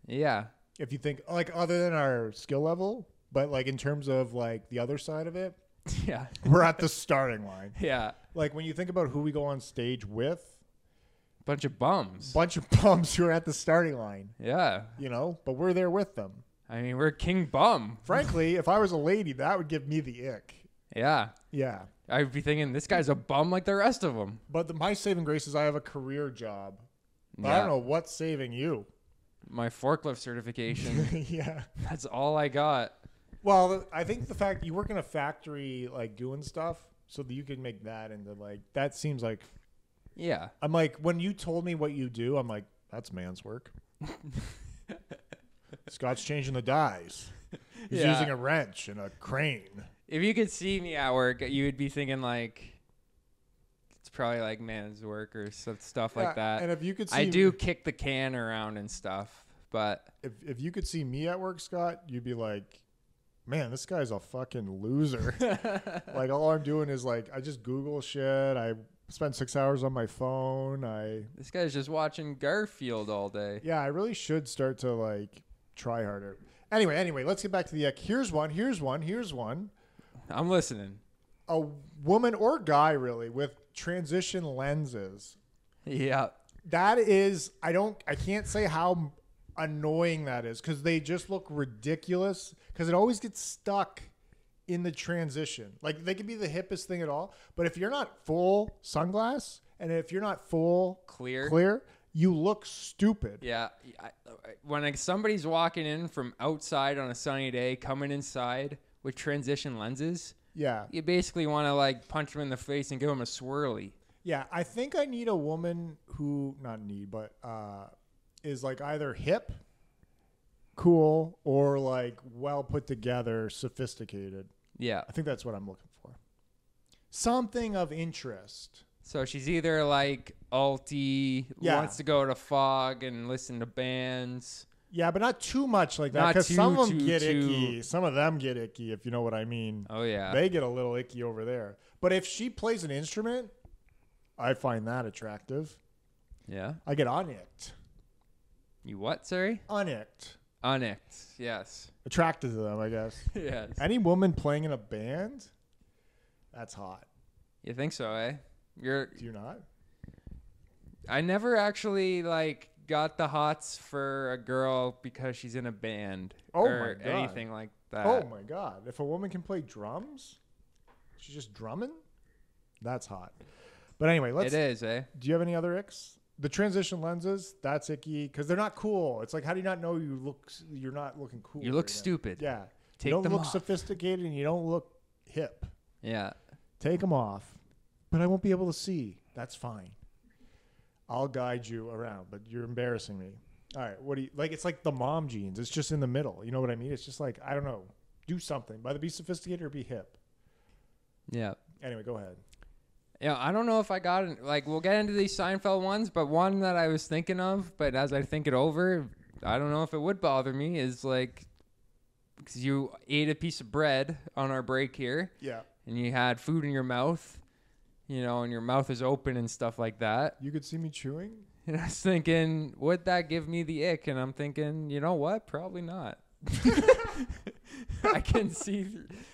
S1: Yeah.
S2: If you think like other than our skill level, but like in terms of like the other side of it,
S1: Yeah.
S2: we're at the starting line.
S1: Yeah.
S2: Like when you think about who we go on stage with,
S1: Bunch of bums.
S2: bunch of bums who are at the starting line,
S1: Yeah.
S2: you know, but we're there with them.
S1: I mean, we're king bum.
S2: Frankly, if I was a lady, that would give me the ick.
S1: Yeah.
S2: Yeah.
S1: I'd be thinking this guy's a bum like the rest of them.
S2: But the, my saving grace is I have a career job. But I don't know what's saving you.
S1: My forklift certification.
S2: yeah.
S1: That's all I got.
S2: Well, th- I think the fact you work in a factory, like doing stuff, so that you can make that into like that seems like
S1: Yeah.
S2: I'm like when you told me what you do, I'm like that's man's work. Scott's changing the dies. He's
S1: Yeah.
S2: using a wrench and a crane.
S1: If you could see me at work, you would be thinking like it's probably like man's work or so- stuff like
S2: Yeah,
S1: that.
S2: And if you could, see
S1: I do kick the can around and stuff, but
S2: If if you could see me at work, Scott, you'd be like, man, this guy's a fucking loser. like all I'm doing is like I just Google shit. I spend six hours on my phone. I
S1: this guy's just watching Garfield all day.
S2: Yeah, I really should start to like try harder. Anyway, anyway, let's get back to the ek. Here's one. Here's one. Here's one.
S1: I'm listening.
S2: A woman or guy really with transition lenses.
S1: Yeah.
S2: That is, I don't, I can't say how annoying that is because they just look ridiculous because it always gets stuck in the transition. Like they could be the hippest thing at all, but if you're not full sunglass and if you're not full
S1: Clear.
S2: clear, you look stupid.
S1: Yeah. I, I- when like, somebody's walking in from outside on a sunny day, coming inside with transition lenses,
S2: yeah.
S1: you basically want to like punch him in the face and give him a swirly.
S2: Yeah, I think I need a woman who not need, but uh, is like either hip, cool, or like well put together, sophisticated.
S1: Yeah.
S2: I think that's what I'm looking for. Something of interest.
S1: So she's either like alti,
S2: Yeah.
S1: wants to go to fog and listen to bands.
S2: Yeah, but not too much like that
S1: Not
S2: because some
S1: too,
S2: of them
S1: too,
S2: get
S1: too-
S2: icky. Some of them get icky, if you know what I mean.
S1: Oh yeah.
S2: They get a little icky over there. But if she plays an instrument, I find that attractive.
S1: yeah.
S2: I get unicked.
S1: You what, sorry?
S2: Unicked.
S1: Onyx. Yes.
S2: Attracted to them, I guess.
S1: Yes.
S2: Any woman playing in a band, that's hot.
S1: You think so, eh? You're
S2: Do you not?
S1: I never actually like got the hots for a girl because she's in a band
S2: Oh
S1: or
S2: my God.
S1: anything like that.
S2: oh my god! If a woman can play drums, she's just drumming. That's hot. But anyway, let's.
S1: it is, eh?
S2: Do you have any other icks? The transition lenses, that's icky because they're not cool. It's like, how do you not know you look? You're not looking cool.
S1: You look
S2: right now?
S1: stupid.
S2: Yeah.
S1: Take
S2: you don't
S1: them
S2: look
S1: off.
S2: sophisticated and you don't look hip.
S1: Yeah.
S2: Take them off. But I won't be able to see. That's fine. I'll guide you around, but you're embarrassing me. All right, what do you like? It's like the mom jeans. It's just in the middle. You know what I mean? It's just like I don't know. Do something. Either be sophisticated or be hip.
S1: Yeah.
S2: Anyway, go ahead.
S1: Yeah, I don't know if I got it. Like, we'll get into these Seinfeld ones, but one that I was thinking of, but as I think it over, I don't know if it would bother me, is like because you ate a piece of bread on our break here
S2: Yeah.
S1: and you had food in your mouth, you know, and your mouth is open and stuff like that.
S2: You could see me chewing.
S1: And I was thinking, would that give me the ick? And I'm thinking, you know what? Probably not. I can see, th-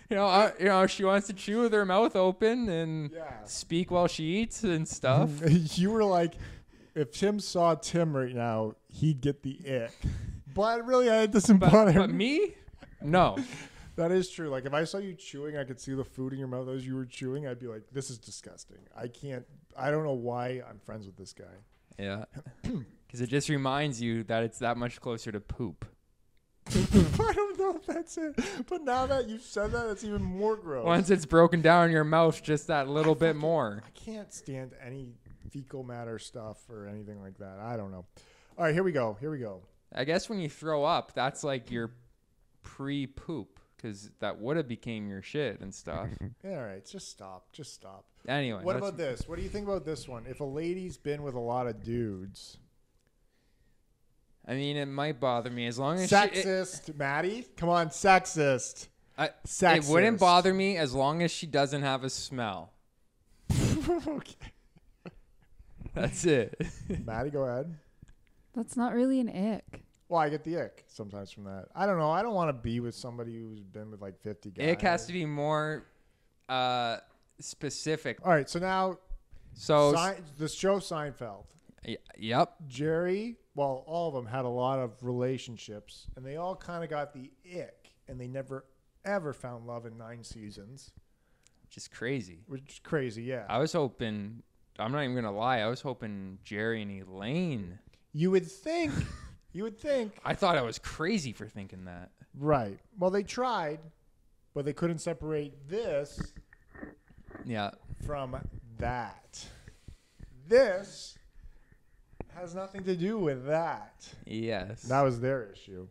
S1: you know, I, you know, she wants to chew with her mouth open and
S2: Yeah.
S1: speak while she eats and stuff.
S2: you were like, if Tim saw Tim right now, he'd get the ick. But really, it doesn't
S1: But,
S2: bother
S1: but
S2: me.
S1: me? No.
S2: That is true. Like if I saw you chewing, I could see the food in your mouth as you were chewing. I'd be like, "This is disgusting. I can't. I don't know why I'm friends with this guy."
S1: Yeah. Because it just reminds you that it's that much closer to poop.
S2: I don't know if that's it. But now that you've said that, it's even more gross.
S1: Once it's broken down in your mouth, just that little bit more.
S2: I can't stand any fecal matter stuff or anything like that. I don't know. All right, here we go. Here we go.
S1: I guess when you throw up, that's like your pre-poop because that would have became your shit and stuff.
S2: All right, just stop. Just stop.
S1: Anyway,
S2: What
S1: let's-
S2: about this? What do you think about this one? If a lady's been with a lot of dudes,
S1: I mean, it might bother me as long as she- it,
S2: sexist, Maddie. Come on, sexist.
S1: I, it
S2: Sexist.
S1: wouldn't bother me as long as she doesn't have a smell.
S2: okay.
S1: That's it.
S2: Maddie, go ahead.
S3: That's not really an ick.
S2: Well, I get the ick sometimes from that. I don't know. I don't want to be with somebody who's been with like 50 guys.
S1: It has to be more uh, specific.
S2: All right, so now
S1: So,
S2: Sein- the show Seinfeld.
S1: y- yep,
S2: Jerry, well, all of them had a lot of relationships, and they all kind of got the ick, and they never ever found love in nine seasons,
S1: just crazy.
S2: which is crazy. Yeah,
S1: I was hoping. I'm not even gonna lie. I was hoping Jerry and Elaine.
S2: you would think, you would think,
S1: I thought I was crazy for thinking that.
S2: right? Well, they tried, but they couldn't separate this
S1: Yeah.
S2: from that. This has nothing to do with that.
S1: Yes.
S2: That was their issue.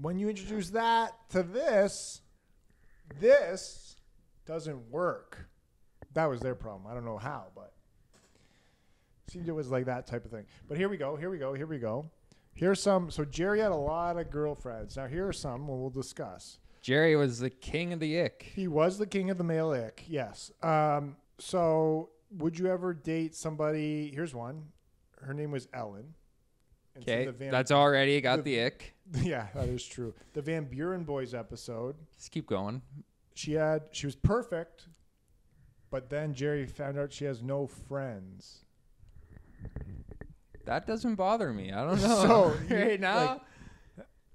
S2: When you introduce that to this, this doesn't work. That was their problem. I don't know how, but seemed it was like that type of thing. But here we go. Here we go. Here we go. Here's some. So Jerry had a lot of girlfriends. Now here are some we'll discuss.
S1: Jerry was the king of the ick.
S2: He was the king of the male ick. Yes. Um, so would you ever date somebody? Here's one. Her name was Ellen. And from
S1: Okay,
S2: the Van-
S1: that's already got
S2: the-
S1: the, ick.
S2: Yeah, that is true. The Van Buren Boys episode,
S1: Just keep going.
S2: she had she was perfect, but then Jerry found out she has no friends.
S1: That doesn't bother me. I don't know.
S2: So, you-
S1: right now,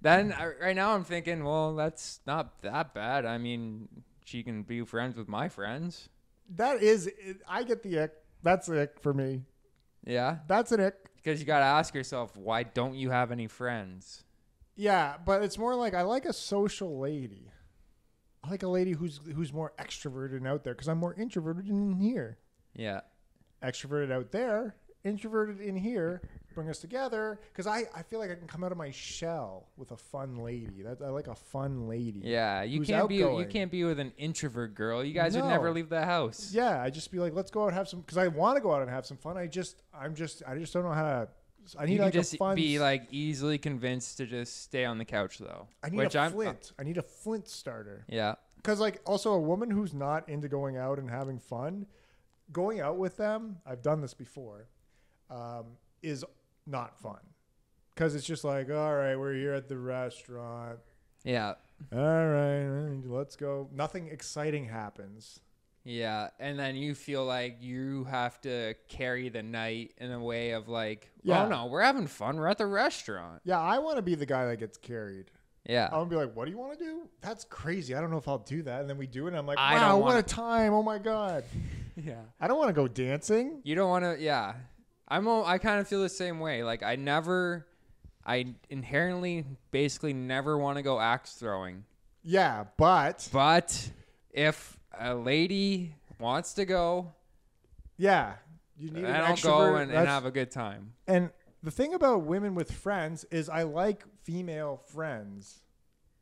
S1: then I, right now I'm thinking, well, that's not that bad. I mean, she can be friends with my friends.
S2: That is, I get the ick. That's an ick for me.
S1: Yeah,
S2: That's an ick.
S1: because you got to ask yourself, why don't you have any friends?
S2: Yeah, but it's more like I like a social lady. I like a lady who's who's more extroverted and out there because I'm more introverted in here.
S1: Yeah,
S2: extroverted out there, introverted in here, bring us together. Because I, I feel like I can come out of my shell with a fun lady. That I like a fun lady.
S1: yeah. You
S2: Who's
S1: can't be you
S2: outgoing.
S1: can't be with an introvert girl. You guys would never
S2: No.
S1: leave the house.
S2: Yeah, I just be like, let's go out and have some. Because I want to go out and have some fun. I just, I'm just, I just don't know how to. I need
S1: you can
S2: like
S1: just
S2: a fun.
S1: be like easily convinced to just stay on the couch though.
S2: I need
S1: which
S2: a
S1: I'm- uh,
S2: flint. I need a flint starter.
S1: yeah.
S2: Because like, also a woman who's not into going out and having fun, going out with them. I've done this before. um, is not fun. Because it's just like, all right, we're here at the restaurant.
S1: Yeah.
S2: All right, let's go. Nothing exciting happens.
S1: Yeah, and then you feel like you have to carry the night in a way of like,
S2: Yeah.
S1: oh no, we're having fun. We're at the restaurant.
S2: Yeah, I want to be the guy that gets carried.
S1: Yeah,
S2: I want to be like, what do you want to do? That's crazy. I don't know if I'll do that. And then we do it, and I'm like,
S1: I
S2: wow,
S1: don't
S2: what
S1: wanna-
S2: a time. Oh my God.
S1: yeah.
S2: I don't want to go dancing.
S1: You don't want to. Yeah, I'm. al- I kind of feel the same way. Like I never, I inherently basically never want to go axe throwing.
S2: Yeah, but
S1: But if a lady wants to go,
S2: yeah, you need
S1: then
S2: an
S1: I'll go
S2: extrovert.
S1: and, and
S2: That's-
S1: have a good time.
S2: And the thing about women with friends is I like female friends.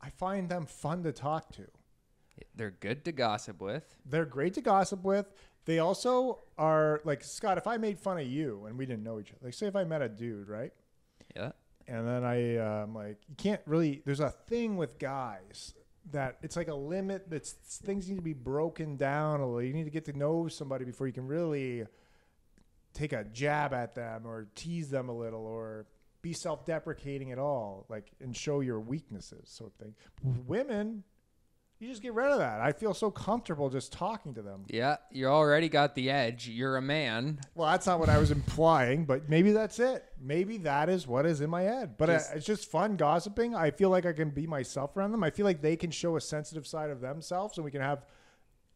S2: I find them fun to talk to.
S1: They're good to gossip with.
S2: They're great to gossip with. They also are like Scott, if I made fun of you and we didn't know each other, like say if I met a dude, right?
S1: Yeah.
S2: and then I uh, I'm like, you can't really. There's a thing with guys that it's like a limit. That's things need to be broken down a little. You need to get to know somebody before you can really take a jab at them or tease them a little or be self-deprecating at all, like and show your weaknesses, sort of thing. With women, you just get rid of that. I feel so comfortable just talking to them.
S1: Yeah, you already got the edge. You're a man.
S2: Well, that's not what I was implying, but maybe that's it. Maybe that is what is in my head. But
S1: Just-
S2: I, it's just fun gossiping. I feel like I can be myself around them. I feel like they can show a sensitive side of themselves, and we can have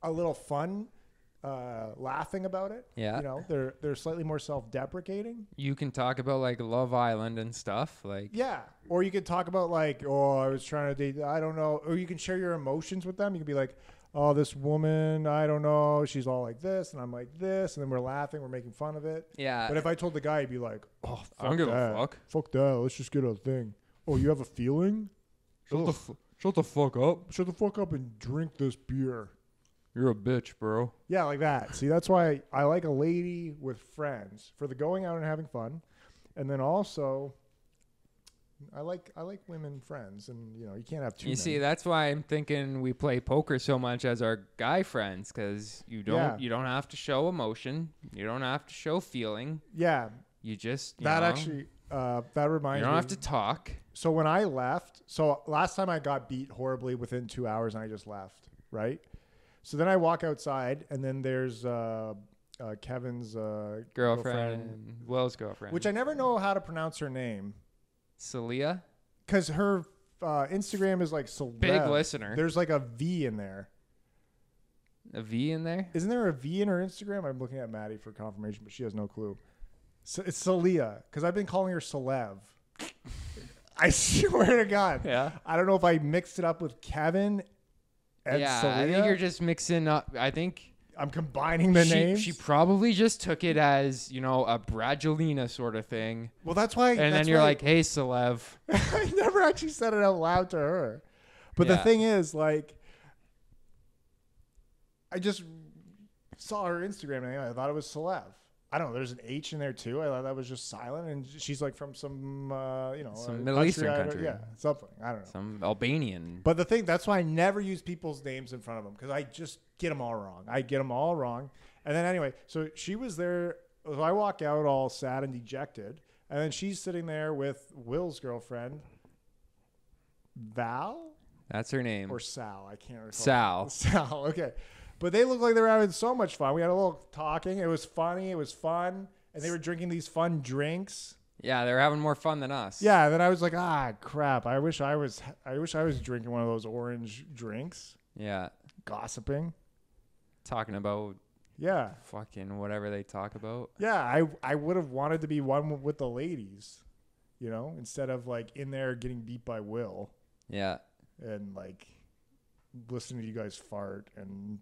S2: a little fun uh, laughing about it.
S1: Yeah.
S2: you know, they're they're slightly more self-deprecating.
S1: You can talk about like Love Island and stuff. Like
S2: Yeah, or you could talk about like, oh, I was trying to date. I don't know. Or you can share your emotions with them. You can be like. Oh, this woman, I don't know. She's all like this, and I'm like this, and then we're laughing, we're making fun of it.
S1: yeah,
S2: But if I told the guy, he'd be like, "Oh, fuck
S1: I don't give
S2: that.
S1: a fuck.
S2: Fuck that. Let's just get a thing." Oh, you have a feeling?
S1: Shut the f- shut the fuck up.
S2: Shut the fuck up and drink this beer.
S1: You're a bitch, bro.
S2: Yeah, like that. See, that's why I like a lady with friends for the going out and having fun, and then also, I like I like women friends, and you know you can't have too.
S1: You
S2: many.
S1: see, that's why I'm thinking we play poker so much as our guy friends, because you don't
S2: Yeah.
S1: you don't have to show emotion, you don't have to show feeling,
S2: yeah,
S1: you just you
S2: that
S1: know,
S2: actually uh, that
S1: you
S2: reminds
S1: don't
S2: me.
S1: have to talk.
S2: so when I left, so last time I got beat horribly within two hours and I just left, right? So then I walk outside and then there's uh, uh, Kevin's uh,
S1: Girlfriend, Will's girlfriend,
S2: which I never know how to pronounce her name
S1: Celia,
S2: because her uh, Instagram is like celeb.
S1: big listener,
S2: There's like a V in there.
S1: a V in there.
S2: Isn't there a V in her Instagram? I'm looking at Maddie for confirmation, but she has no clue. So it's Celia because I've been calling her Celev. I swear to God.
S1: Yeah,
S2: I don't know if I mixed it up with Kevin and
S1: yeah.
S2: Celia.
S1: I think you're just mixing up. I think
S2: I'm combining the
S1: she,
S2: names.
S1: she probably just took it as you know a Bradgelina sort of thing,
S2: well, that's why.
S1: and then
S2: that's
S1: you're
S2: why-
S1: like, hey, Celev.
S2: I never actually said it out loud to her. But the
S1: Yeah.
S2: thing is, like, I just saw her Instagram and I thought it was Celeb. I don't know. There's an H in there too. I thought that was just silent, and she's like from some, uh, you know,
S1: Some
S2: uh,
S1: Middle Eastern
S2: I don't-
S1: country.
S2: yeah, something. I don't know.
S1: Some Albanian.
S2: But the thing, that's why I never use people's names in front of them because I just get them all wrong. I get them all wrong. And then anyway, so she was there. So I walk out all sad and dejected, and then she's sitting there with Will's girlfriend, Val
S1: That's her name.
S2: or Sal. I can't recall.
S1: Sal.
S2: Sal. Okay. But they looked like they were having so much fun. We had a little talking. It was funny. It was fun, and they were drinking these fun drinks.
S1: Yeah, they're having more fun than us.
S2: Yeah, and then I was like, ah, crap. I wish I was. I wish I was drinking one of those orange drinks
S1: Yeah.
S2: gossiping.
S1: Talking about
S2: Yeah.
S1: fucking whatever they talk about.
S2: Yeah, I I would have wanted to be one with the ladies, you know, instead of like in there getting beat by Will
S1: Yeah.
S2: and like listening to you guys fart and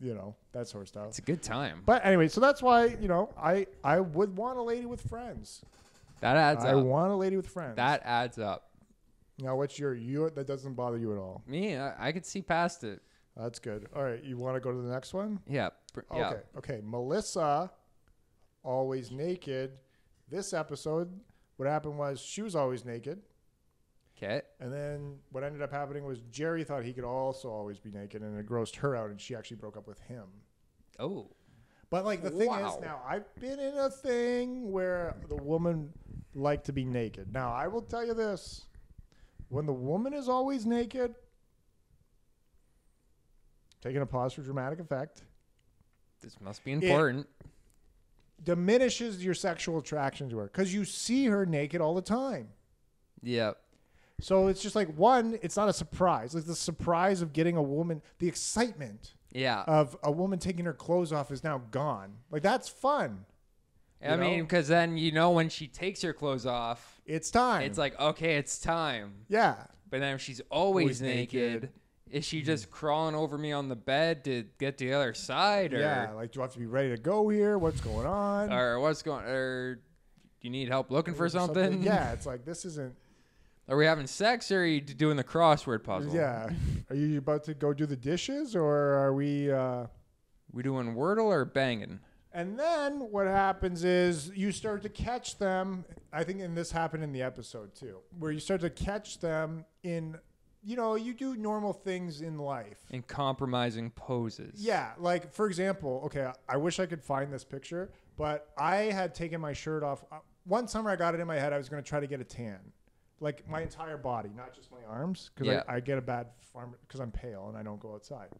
S2: you know, that sort of stuff.
S1: It's a good time.
S2: But anyway, so that's why, you know, I I would want a lady with friends.
S1: That adds
S2: I
S1: up.
S2: want a lady with friends.
S1: that adds up.
S2: Now what's your you that doesn't bother you at all.
S1: Me, I, I could see past it.
S2: That's good. All right, you want to go to the next one?
S1: Yeah. pr- Yeah.
S2: Okay. Okay. Melissa, always naked. This episode, what happened was she was always naked.
S1: Okay.
S2: And then what ended up happening was Jerry thought he could also always be naked and it grossed her out and she actually broke up with him.
S1: Oh.
S2: But like the thing
S1: Wow.
S2: is now I've been in a thing where the woman liked to be naked. Now I will tell you this. When the woman is always naked, taking a pause for dramatic effect.
S1: This must be important.
S2: diminishes your sexual attraction to her because you see her naked all the time.
S1: yeah.
S2: So it's just like one, it's not a surprise. Like the surprise of getting a woman, the excitement
S1: Yeah.
S2: of a woman taking her clothes off is now gone. Like that's fun.
S1: I
S2: you know?
S1: mean, because then you know when she takes her clothes off,
S2: It's time.
S1: it's like, okay, it's time.
S2: yeah,
S1: But then if she's always,
S2: Always
S1: naked,
S2: naked. Mm-hmm.
S1: is she just crawling over me on the bed to get to the other side? Or
S2: yeah. Like do I have to be ready to go here? What's going on?
S1: or what's going or you need help looking for something?
S2: Yeah, it's like this isn't.
S1: Are we having sex or are you d- doing the crossword puzzle?
S2: Yeah, are you about to go do the dishes or are we? uh
S1: We doing Wordle or banging?
S2: And then what happens is you start to catch them. I think, and this happened in the episode too, where you start to catch them in, you know, you do normal things in life.
S1: and compromising poses.
S2: Yeah, like for example, okay, I wish I could find this picture, but I had taken my shirt off. Uh, One summer, I got it in my head I was going to try to get a tan, like my entire body, not just my arms, because
S1: Yeah.
S2: I, I get a bad farm because I'm pale and I don't go outside.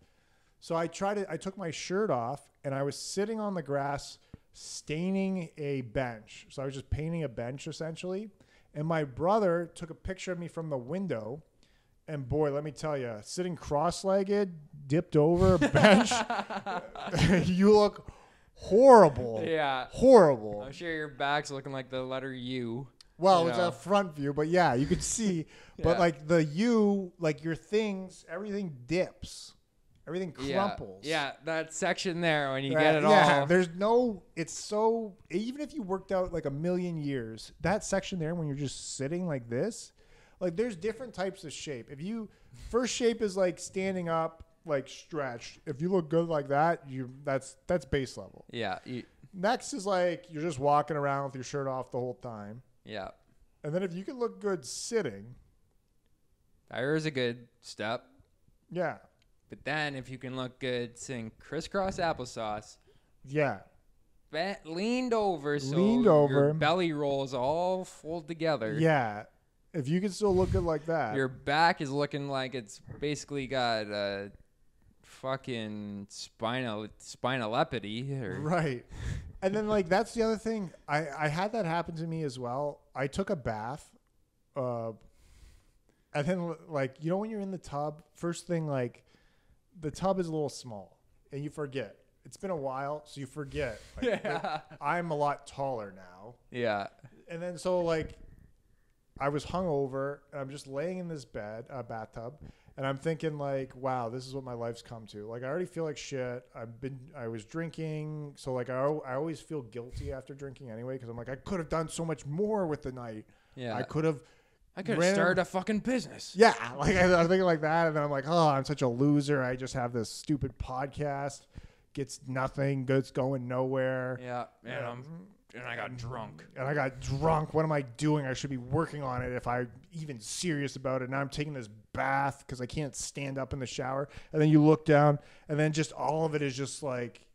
S2: So I tried to. I took my shirt off and I was sitting on the grass, staining a bench. So I was just painting a bench essentially. And my brother took a picture of me from the window. And boy, let me tell you, sitting cross-legged, dipped over a bench, you look horrible.
S1: Yeah.
S2: Horrible.
S1: I'm sure your back's looking like the letter U.
S2: Well,
S1: you
S2: it's
S1: know.
S2: a front view, but yeah, you could see. But
S1: Yeah.
S2: like the you, like your things, everything dips, everything crumples.
S1: Yeah. yeah, that section there when you
S2: That-
S1: get it
S2: yeah,
S1: all.
S2: there's no. It's so. Even if you worked out like a million years, that section there when you're just sitting like this, like there's different types of shape. If you first shape is like standing up, like stretched. If you look good like that, you that's that's base level.
S1: Yeah, you,
S2: Next is like you're just walking around with your shirt off the whole time,
S1: yeah.
S2: and then if you can look good sitting,
S1: There's a good step.
S2: yeah,
S1: But then if you can look good sing crisscross applesauce,
S2: yeah,
S1: bent, leaned over so
S2: Leaned
S1: your
S2: over.
S1: belly rolls all fold together.
S2: yeah. If you can still look good like that,
S1: Your back is looking like it's basically got a fucking spinal spinalepity or
S2: Right. And then like that's the other thing. I I had that happen to me as well. I took a bath uh and then like you know when you're in the tub, first thing like the tub is a little small and you forget. It's been a while, so you forget. Like,
S1: Yeah.
S2: I'm a lot taller now.
S1: yeah.
S2: And then so like I was hungover and I'm just laying in this bed, uh, bathtub, and I'm thinking like, wow, this is what my life's come to. Like I already feel like shit. I've been I was drinking, so like I, al- I always feel guilty after drinking anyway because I'm like I could have done so much more with the night.
S1: Yeah.
S2: I could have
S1: I could
S2: ran-
S1: have started a fucking business.
S2: yeah, like I, I'm thinking like that, and then I'm like, oh, I'm such a loser. I just have this stupid podcast, gets nothing, goes going nowhere.
S1: Yeah, and
S2: Yeah.
S1: I'm and I got drunk.
S2: and I got drunk. What am I doing? I should be working on it if I'm even serious about it. Now I'm taking this bath because I can't stand up in the shower. And then you look down, and then just all of it is just like,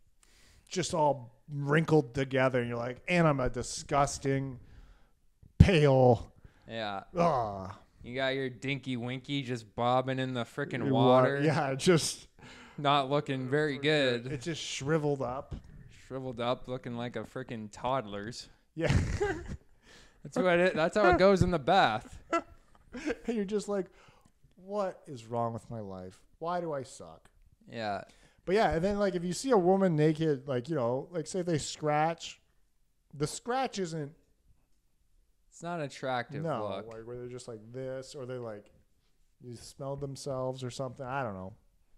S2: just all wrinkled together. And you're like, and I'm a disgusting, pale,
S1: Yeah,
S2: ah,
S1: you got your dinky winky just bobbing in the frickin'
S2: wa-
S1: water.
S2: Yeah, just
S1: not looking very good.
S2: it just shriveled up.
S1: Shriveled up, looking like a frickin' toddler's.
S2: Yeah,
S1: That's what it. That's how it goes in the bath.
S2: and you're just like, what is wrong with my life? Why do I suck?
S1: Yeah,
S2: But yeah, and then like if you see a woman naked, like you know, like say they scratch, the scratch isn't
S1: it's not an attractive
S2: no,
S1: look.
S2: like where they're just like this, or they like you smelled themselves or something. I don't know.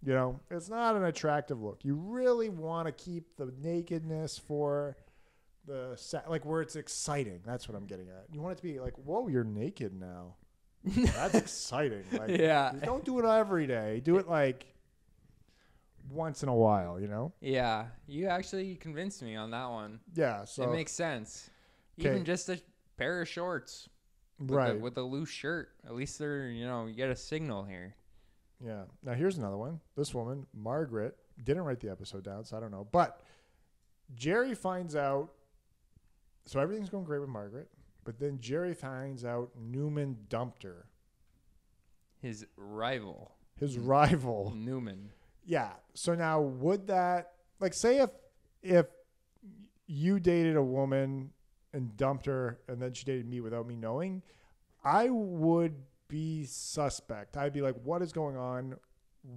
S2: You know, it's not an attractive look. You really want to keep the nakedness for the se- like where it's exciting. That's what I'm getting at. You want it to be like, whoa, you're naked now. That's exciting. Like,
S1: Yeah.
S2: Don't do it every day. Do it like once in a while. You know.
S1: Yeah, you actually convinced me on that one.
S2: Yeah. So
S1: it makes sense.
S2: 'Kay.
S1: Even just a pair of shorts, with
S2: right.
S1: A, with a loose shirt. At least they're you know you get a signal here.
S2: Yeah. Now here's another one. This woman, Margaret, didn't write the episode down, so I don't know. But Jerry finds out. So everything's going great with Margaret, but then Jerry finds out Newman dumped her,
S1: His rival
S2: his
S1: Mm.
S2: rival.
S1: Newman.
S2: Yeah. So now would that like say if if you dated a woman and dumped her and then she dated me without me knowing, I would be suspect. I'd be like, what is going on?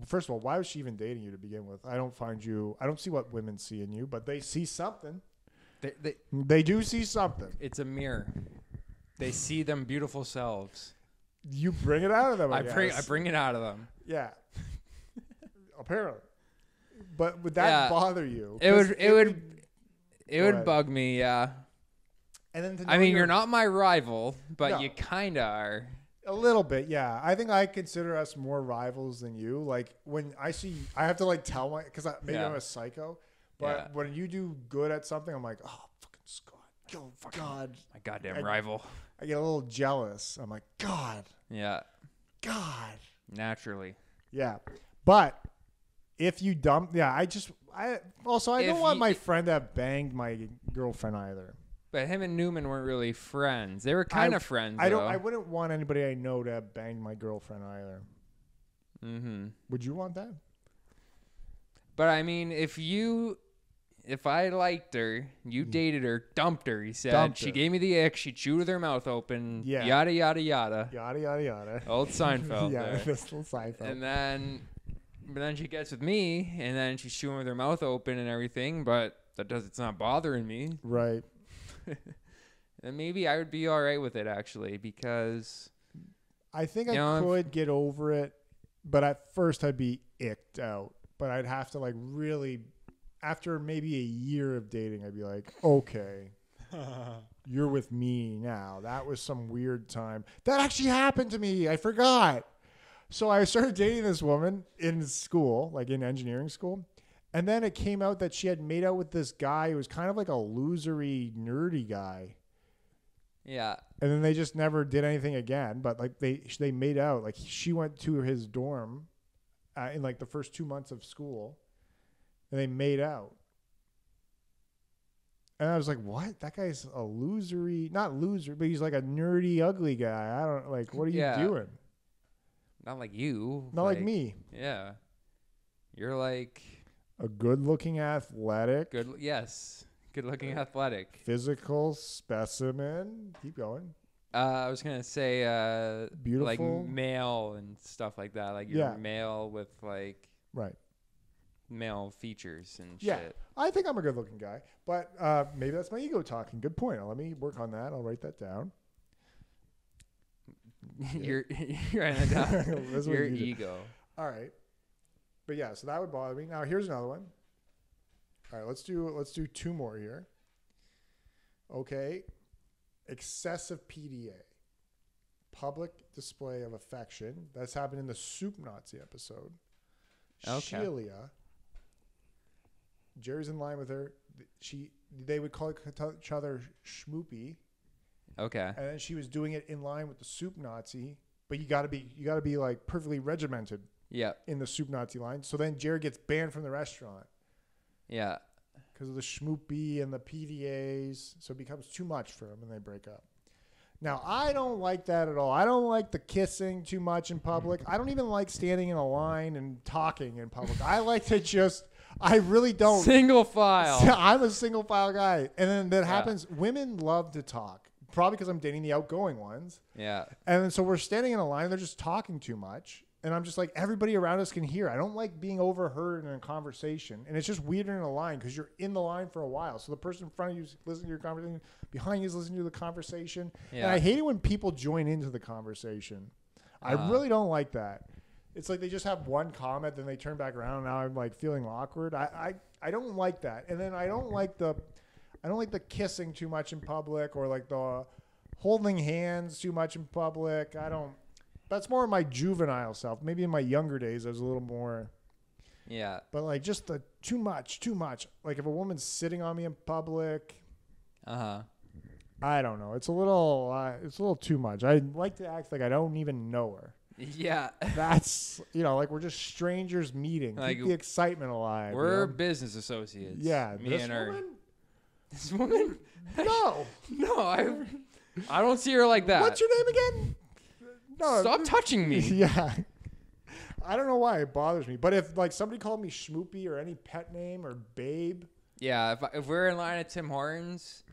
S2: First of all, why was she even dating you to begin with? I don't find you I don't see what women see in you, but they see something.
S1: They, they,
S2: They do see something.
S1: it's a mirror. They see them beautiful selves.
S2: You bring it out of them. I,
S1: I, bring I
S2: guess.
S1: bring it out of them.
S2: Yeah. Apparently. But would that
S1: Yeah.
S2: bother you?
S1: It would
S2: 'Cause
S1: it would it
S2: Go
S1: would
S2: ahead.
S1: bug me. Yeah.
S2: and then to
S1: I
S2: know
S1: mean, you're
S2: your-
S1: not my rival, but
S2: No.
S1: you kind of are.
S2: A little bit, yeah. I think I consider us more rivals than you. Like when I see, I have to like tell my because maybe
S1: Yeah.
S2: I'm a psycho, But
S1: Yeah.
S2: when you do good at something, I'm like, oh, fucking Scott. Oh, God.
S1: My goddamn
S2: I-
S1: rival.
S2: I get a little jealous. I'm like, God,
S1: Yeah,
S2: God.
S1: naturally.
S2: Yeah. But if you dump, yeah, I just, I also, I
S1: If
S2: don't want
S1: you-
S2: my friend to have banged my girlfriend either.
S1: But him and Newman weren't really friends. They were kind
S2: I-
S1: of friends.
S2: I don't,
S1: though.
S2: I wouldn't want anybody I know to have banged my girlfriend either.
S1: mm-hmm.
S2: Would you want that?
S1: But I mean, if you, if I liked her, you dated her, dumped her, he said.
S2: Mm. Dumped
S1: she
S2: her.
S1: gave me the ick. She chewed with her mouth open.
S2: Yeah.
S1: Yada, yada, yada.
S2: Yada, yada, yada.
S1: Old Seinfeld.
S2: yeah,
S1: there.
S2: this little Seinfeld.
S1: And then, but then she gets with me, and then she's chewing with her mouth open and everything, but that does, it's not bothering me.
S2: right.
S1: And maybe I would be all right with it, actually, because,
S2: I think
S1: You
S2: I
S1: know, if-
S2: could get over it, but at first I'd be icked out. But I'd have to like really, after maybe a year of dating, I'd be like, okay, you're with me now. That was some weird time. That actually happened to me. I forgot. So I started dating this woman in school, like in engineering school. And then it came out that she had made out with this guy who was kind of like a losery, nerdy guy
S1: yeah.
S2: and then they just never did anything again. But like they they made out. Like she went to his dorm uh, in like the first two months of school, and they made out. And I was like, "What? That guy's a losery, not loser, but he's like a nerdy, ugly guy. I don't like. What are you
S1: Yeah.
S2: doing?
S1: Not like you.
S2: Not like, me,
S1: Yeah. You're like
S2: a good-looking, athletic,
S1: good. Yes. Good looking athletic.
S2: physical specimen. Keep going.
S1: Uh, I was gonna say uh, like
S2: Beautiful.
S1: male and stuff like that. Like you're
S2: Yeah.
S1: male with like
S2: Right.
S1: male features and
S2: Yeah.
S1: shit.
S2: I think I'm a good looking guy, but uh, maybe that's my ego talking. Good point. Let me work on that. I'll write that down.
S1: you're you're in the
S2: That's what
S1: your
S2: you do.
S1: ego.
S2: All right. But yeah, so that would bother me. Now here's another one. All right, let's do let's do two more here. Okay. Excessive PDA. Public display of affection. That's happened in the Soup Nazi episode.
S1: Okay.
S2: Shelia. Jerry's in line with her. Th- She they would call each other schmoopy,
S1: Okay.
S2: and then she was doing it in line with the Soup Nazi. But you gotta be you gotta be like perfectly regimented
S1: Yeah.
S2: in the soup Nazi line. So then Jared gets banned from the restaurant
S1: Yeah.
S2: because of the schmoopy and the PDAs. So it becomes too much for him and they break up. Now, I don't like that at all. I don't like the kissing too much in public. I don't even like standing in a line and talking in public. I like to just, I really don't.
S1: Single file.
S2: I'm a single file guy. And then that
S1: Yeah.
S2: happens. Women love to talk, probably because I'm dating the outgoing ones.
S1: yeah.
S2: And then so we're standing in a line, they're just talking too much. And I'm just like, everybody around us can hear. I don't like being overheard in a conversation. And it's just weirder in a line because you're in the line for a while. So the person in front of you is listening to your conversation, behind you is listening to the conversation. And
S1: Yeah.
S2: I hate it when people join into the conversation. I
S1: Ah.
S2: really don't like that. It's like they just have one comment, then they turn back around. And now I'm like feeling awkward. I, I, I don't like that. And then I don't like the, I don't like the kissing too much in public or like the holding hands too much in public. I don't. That's more my juvenile self. Maybe in my younger days, I was a little more.
S1: Yeah.
S2: But like just the too much, too much. Like if a woman's sitting on me in public,
S1: Uh huh.
S2: I don't know. It's a little. Uh, it's a little too much. I like to act like I don't even know her.
S1: Yeah.
S2: That's you know, like we're just strangers meeting.
S1: Like,
S2: Keep the excitement alive. you
S1: We're
S2: know?
S1: business associates.
S2: yeah.
S1: Me
S2: this
S1: and her.
S2: woman?
S1: This woman?
S2: No.
S1: No, I I don't see her like that.
S2: What's your name again? No.
S1: Stop touching me.
S2: yeah. I don't know why it bothers me, but if like somebody called me Schmoopy or any pet name or babe,
S1: Yeah, if, I- if we're in line at Tim Hortons,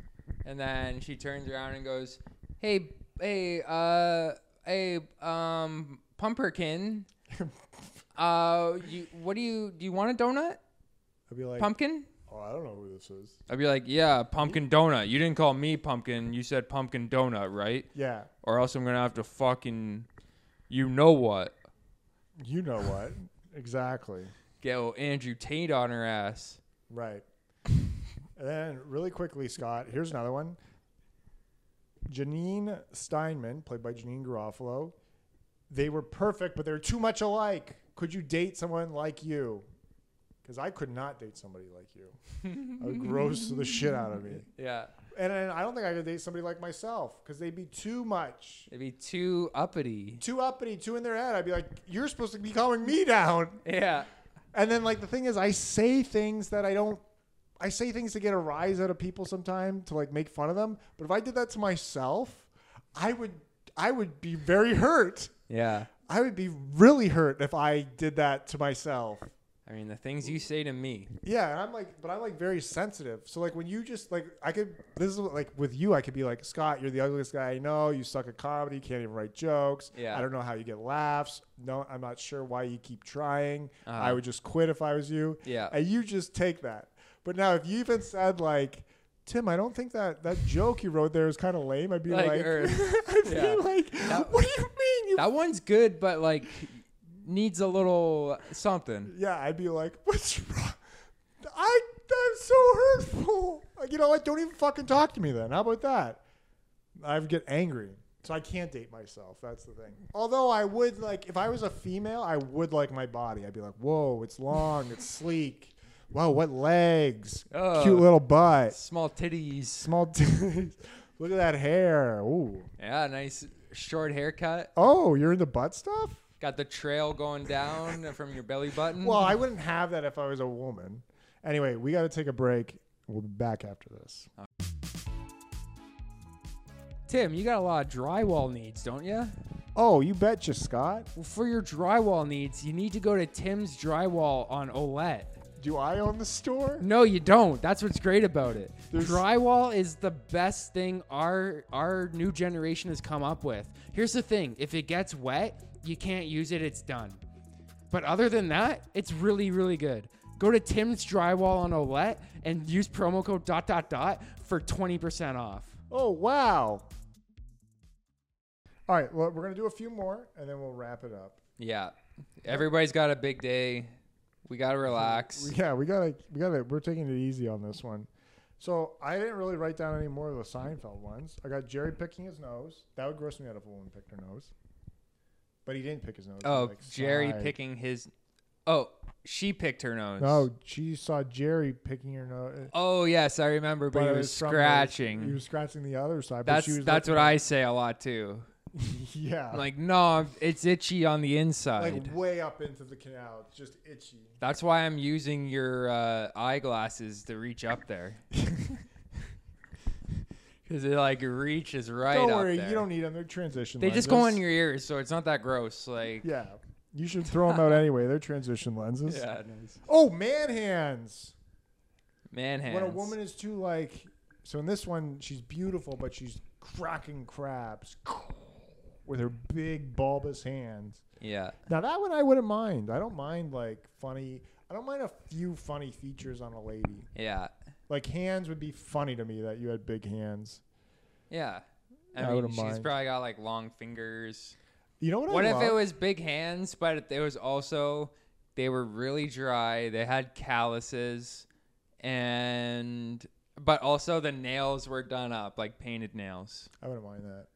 S1: and then she turns around and goes, "Hey, hey, uh, hey, um, Pumperkin, uh, you, what do you do? You want a donut,
S2: I'd be like,
S1: Pumpkin?"
S2: "Oh, I don't know who this is."
S1: I'd be like, "Yeah, Pumpkin Donut. You didn't call me Pumpkin. You said Pumpkin Donut, right?
S2: Yeah,
S1: Or else I'm gonna have to fucking, you know what?
S2: you know what? exactly.
S1: Get old Andrew Tate on her ass."
S2: Right. and then really quickly, Scott, here's another one. Janine Steinman, played by Janine Garofalo, they were perfect, but they were too much alike. Could you date someone like you? because I could not date somebody like you. I would gross the shit out of me.
S1: Yeah.
S2: And, and I don't think I could date somebody like myself because they'd be too much,
S1: It'd be too uppity.
S2: too uppity, too in their head. I'd be like, you're supposed to be calming me down.
S1: Yeah.
S2: And then like the thing is, I say things that I don't. I say things to get a rise out of people sometime to like make fun of them. But if I did that to myself, I would I would be very hurt.
S1: Yeah.
S2: I would be really hurt if I did that to myself.
S1: I mean, the things you say to me.
S2: Yeah, and I'm like, but I'm like very sensitive. So like when you just like, I could this is what- like with you, I could be like, Scott, you're the ugliest guy I know. You suck at comedy. You can't even write jokes.
S1: Yeah.
S2: I don't know how you get laughs. No, I'm not sure why you keep trying.
S1: Uh-huh.
S2: I would just quit if I was you.
S1: Yeah.
S2: And you just take that. But now if you even said like, Tim, I don't think that that joke you wrote there is kind of lame. I'd be
S1: Like,
S2: like,
S1: or-
S2: I'd be
S1: yeah.
S2: like, what do you mean? You
S1: That one's good, but like needs a little something.
S2: yeah, I'd be like, what's wrong? I that's so hurtful. Like, you know what? Don't even fucking talk to me then. How about that? I would get angry. So I can't date myself. That's the thing. Although I would like if I was a female, I would like my body. I'd be like, whoa, it's long, it's sleek. Wow, what legs.
S1: Oh.
S2: Cute little butt.
S1: Small titties.
S2: Small titties. Look at that hair. Ooh.
S1: Yeah, nice short haircut.
S2: Oh, you're into butt stuff?
S1: Got the trail going down from your belly button.
S2: Well, I wouldn't have that if I was a woman. Anyway, we got to take a break. We'll be back after this.
S4: Tim, you got a lot of drywall needs, don't you?
S2: Oh, you betcha, Scott.
S4: Well, for your drywall needs, you need to go to Tim's Drywall on Olette.
S2: Do I own the store?
S4: No, you don't. That's what's great about it.
S2: There's-
S4: Drywall is the best thing our our new generation has come up with. Here's the thing: if it gets wet, you can't use it. It's done. But other than that, it's really really good. Go to Tim's Drywall on Olette and use promo code dot dot dot for twenty percent off.
S2: Oh, wow. All right, well, we're going to do a few more and then we'll wrap it up.
S1: Yeah. Everybody's got a big day. We got to relax.
S2: Yeah, we got to we got to we're taking it easy on this one. So, I didn't really write down any more of the Seinfeld ones. I got Jerry picking his nose. That would gross me out if a woman picked her nose. But he didn't pick his nose. He,
S1: Oh,
S2: like,
S1: Jerry
S2: sighed.
S1: picking his. Oh, she picked her nose.
S2: No, she Oh, saw Jerry picking her nose.
S1: Oh yes, I remember. But,
S2: it
S1: he was
S2: from the-
S1: scratching.
S2: He was scratching the other side.
S1: that's
S2: but she was
S1: that's
S2: looking-
S1: what I say a lot too.
S2: Yeah.
S1: I'm like, no, it's itchy on the inside.
S2: like way up into the canal. It's just itchy.
S1: That's why I'm using your uh, eyeglasses to reach up there. Because it like reaches right
S2: don't
S1: up
S2: worry,
S1: there.
S2: you don't need them. They're transition.
S1: they
S2: lenses.
S1: just go in your ears, so it's not that gross. Like,
S2: Yeah, you should throw them out anyway. They're transition lenses.
S1: yeah, nice.
S2: Oh, man hands.
S1: man hands.
S2: When a woman is too like, so in this one she's beautiful, but she's cracking crabs with her big bulbous hands.
S1: Yeah,
S2: Now that one I wouldn't mind. I don't mind like funny. I don't mind a few funny features on a lady.
S1: yeah,
S2: Like hands would be funny to me that you had big hands.
S1: yeah. I,
S2: I
S1: mean,
S2: wouldn't
S1: she's
S2: mind.
S1: probably got like long fingers.
S2: You know what?
S1: What
S2: I
S1: if
S2: love?
S1: it was big hands, but it was also they were really dry. They had calluses, and but also the nails were done up like painted nails.
S2: I wouldn't mind that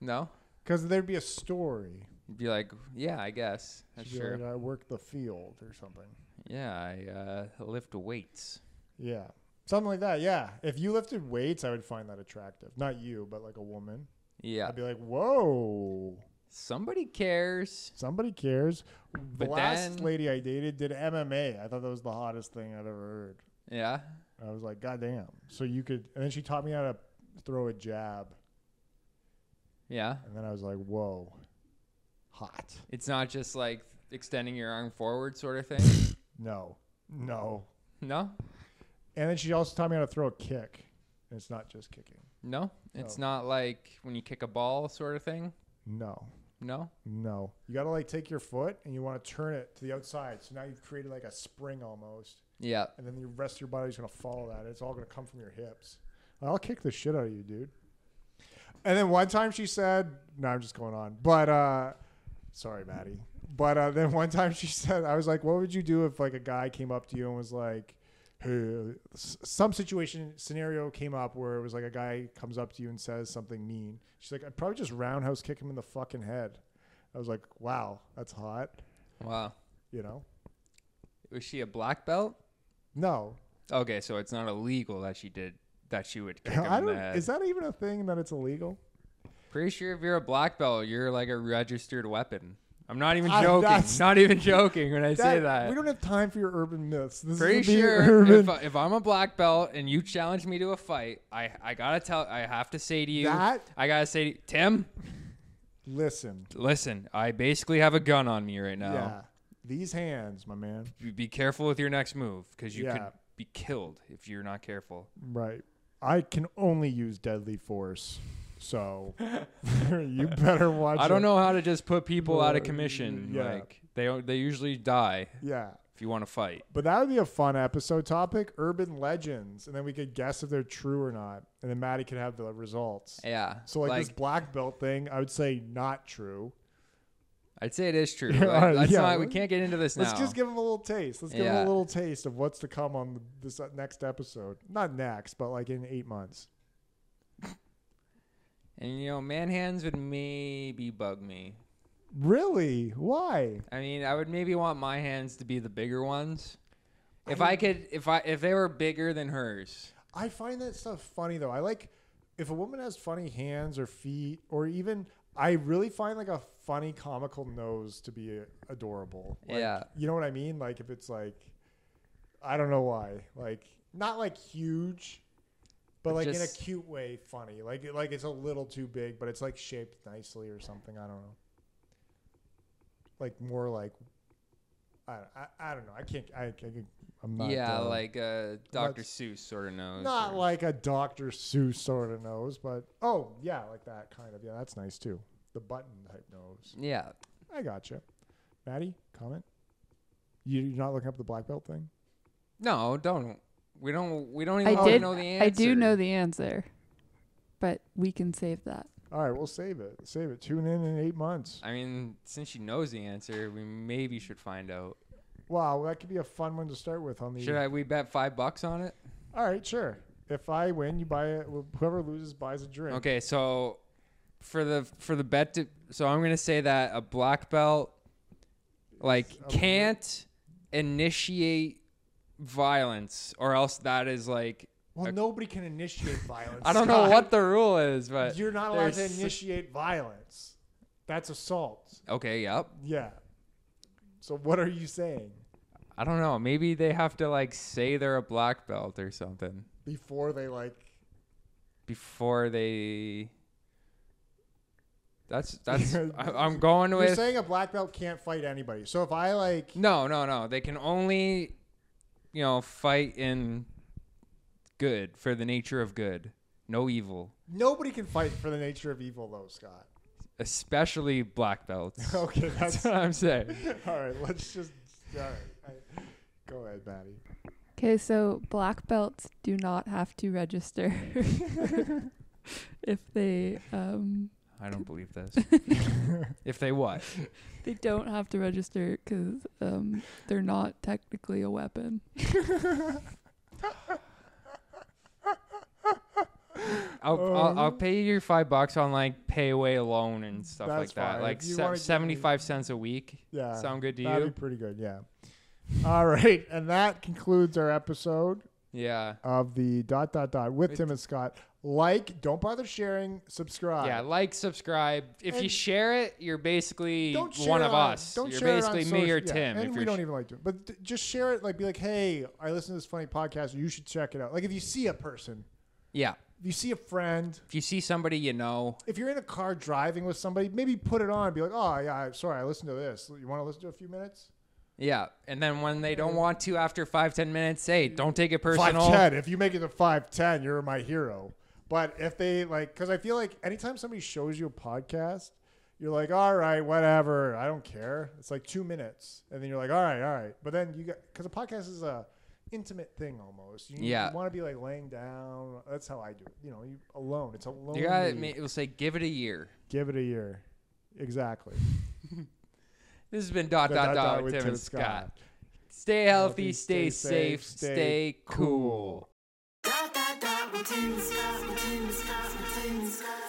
S1: No,
S2: because there'd be a story.
S1: You'd be like, yeah, I guess that's
S2: She'd be
S1: true.
S2: like, I work the field or something.
S1: Yeah, I uh, lift weights.
S2: Yeah. Something like that. Yeah. If you lifted weights, I would find that attractive. Not you, but like a woman.
S1: Yeah,
S2: I'd be like, whoa,
S1: somebody cares.
S2: somebody cares. The
S1: But
S2: last
S1: then-
S2: lady I dated did MMA. I thought that was the hottest thing I'd ever heard.
S1: Yeah,
S2: I was like, God damn. So you could. And then she taught me how to throw a jab.
S1: yeah.
S2: And then I was like, whoa, hot.
S1: It's not just like extending your arm forward sort of thing.
S2: No, no.
S1: no,
S2: And then she also taught me how to throw a kick. And it's not just kicking.
S1: no, it's
S2: Oh.
S1: not like when you kick a ball sort of thing.
S2: No.
S1: No.
S2: No, you got to like take your foot and you want to turn it to the outside. So now you've created like a spring almost,
S1: Yeah.
S2: and then the rest of your body's gonna follow that. It's all gonna come from your hips. I'll kick the shit out of you, dude. And then one time she said, "No, I'm just going on." But uh, sorry, Maddie. But uh, then one time she said, "I was like, what would you do if like a guy came up to you and was like." "Hey," uh, s- Some situation scenario came up where it was like a guy comes up to you and says something mean. She's like, I'd probably just roundhouse kick him in the fucking head. I was like, wow, that's hot.
S1: Wow.
S2: You know,
S1: was she a black belt?
S2: No,
S1: Okay, so it's not illegal that she did that. She would kick him
S2: I
S1: in the
S2: don't.
S1: head.
S2: Is that even a thing that it's illegal?
S1: Pretty sure if you're a black belt, you're like a registered weapon. I'm not even
S2: I-
S1: joking.
S2: that's-
S1: not even joking when I say that.
S2: we don't have time for your urban myths. This
S1: Pretty
S2: is the
S1: sure
S2: urban.
S1: if, I- if I'm a black belt and you challenge me to a fight, I, I gotta tell I have to say to you
S2: That-
S1: I gotta say to you, Tim,
S2: Listen,
S1: listen, I basically have a gun on me right now.
S2: yeah, these hands, my man.
S1: Be- Be careful with your next move because you
S2: Yeah.
S1: could be killed if you're not careful.
S2: Right. I can only use deadly force, so you better watch.
S1: I don't
S2: out.
S1: know how to just put people out of
S2: Uh,
S1: commission.
S2: yeah.
S1: Like they don't, they usually die
S2: Yeah,
S1: if you want to fight.
S2: but that would be a fun episode topic: urban legends, and then we could guess if they're true or not, and then Maddie could have the results.
S1: Yeah.
S2: So like, this black belt thing, I would say not true.
S1: I'd say it is true.
S2: Yeah,
S1: Like, let's
S2: yeah,
S1: not, we
S2: let's-
S1: can't get into this now.
S2: Let's just give them a little taste. Let's give them
S1: Yeah.
S2: a little taste of what's to come on this next episode. Not next, but like in eight months.
S1: and you know, man hands would maybe bug me.
S2: Really? Why?
S1: I mean, I would maybe want my hands to be the bigger ones. If I could, if I if they were bigger than hers,
S2: I find that stuff funny though. I like if a woman has funny hands or feet or even I really find like a funny comical nose to be adorable. Like,
S1: Yeah.
S2: You know what I mean? Like if it's like I don't know why. Like not like huge but
S1: But
S2: like in a
S1: just-
S2: cute way funny. Like it- like it's a little too big but it's like shaped nicely or something. I don't know. Like more like I, I, I don't know. I can't I, I can- I'm not
S1: yeah,
S2: uh,
S1: like uh,
S2: not-
S1: Dr. Seuss sort of knows.
S2: not
S1: or-
S2: like a Dr. Seuss sort of nose, but oh yeah, like that kind of. Yeah, that's nice too. The button type nose.
S1: yeah,
S2: I gotcha. Maddie, comment. You- You're not looking up the black belt thing.
S1: no, don't. We don't. We don't even
S3: I
S1: want to
S3: did.
S1: know the answer.
S3: I do know the answer, but we can save that.
S2: All right, we'll save it. Save it. Tune in in eight months.
S1: I mean, since she knows the answer, we maybe should find out.
S2: Wow, that could be a fun one to start with on the.
S1: Should I? We bet five bucks on it.
S2: All right, sure. If I win, you buy it. Whoever loses buys a drink.
S1: Okay, so for the for the bet to so I'm gonna say that a black belt like
S2: Is a-
S1: can't initiate violence or else that is like
S2: Well,
S1: Okay.
S2: nobody can initiate violence.
S1: I don't know what the rule is, but
S2: You're not allowed to
S1: there's-
S2: initiate violence. That's assault.
S1: Okay, yep.
S2: Yeah. So what are you saying?
S1: I don't know. Maybe they have to like say they're a black belt or something
S2: Before they like
S1: before they that's that's I, I'm going
S2: You're
S1: with
S2: saying a black belt can't fight anybody. So if I like
S1: No, no, no. They can only, you know, fight in good for the nature of good, no evil,
S2: nobody can fight for the nature of evil though, Scott.
S1: especially black belts.
S2: Okay,
S1: that's
S2: that's
S1: what
S2: all
S1: I'm saying.
S2: right, let's just all right. I- go ahead, Maddie.
S3: Okay, so black belts do not have to register if they um
S1: I don't believe this. if they what?
S3: they don't have to register because um they're not technically a weapon.
S1: I'll,
S2: Uh,
S1: I'll I'll pay you your five bucks on like pay away loan and stuff
S2: That's
S1: like that.
S2: fine.
S1: Like
S2: If you wanna give
S1: se-
S2: me-
S1: seventy five cents a week.
S2: Yeah.
S1: Sound good to
S2: That'd
S1: you?
S2: be pretty good, yeah. All right, and that concludes our episode
S1: Yeah.
S2: of the dot dot dot with
S1: With-
S2: Tim and Scott. Like, don't bother sharing, subscribe.
S1: Yeah, like, subscribe. If you
S2: And-
S1: share it, you're basically
S2: don't share
S1: one
S2: it
S1: of
S2: on-
S1: us.
S2: Don't
S1: you're
S2: share it on
S1: basically me or
S2: social- yeah,
S1: Tim.
S2: And
S1: if
S2: we
S1: you're
S2: don't
S1: sh-
S2: even like to, but th- just share it. Like, be like, hey, I listen to this funny podcast. You should check it out. Like, if you see a person,
S1: yeah.
S2: if you see a friend,
S1: If you see somebody you know,
S2: if you're in a car driving with somebody, maybe put it on. and Be like, oh yeah, I'm sorry, I listened to this. You want to listen to a few minutes?
S1: yeah. And then when they don't want to after five, ten minutes, say, don't take it personal.
S2: Five ten. If you make it to five ten, you're my hero. But if they like, because I feel like anytime somebody shows you a podcast, you're like, all right, whatever, I don't care. It's like two minutes, and then you're like, all right, all right. But then you got because a podcast is a intimate thing almost. You,
S1: Yeah.
S2: You want to be like laying down. That's how I do it. You know, you alone. It's alone.
S1: You got it will say, give it a year.
S2: Give it a year. Exactly.
S1: This has been dot
S2: Dot,
S1: dot
S2: dot, dot
S1: dot with Tim and Scott. Stay healthy,
S2: Healthy,
S1: stay, safe, stay cool.
S5: Dot dot dot with Tim and Scott, with Tim and Scott, with Tim and Scott.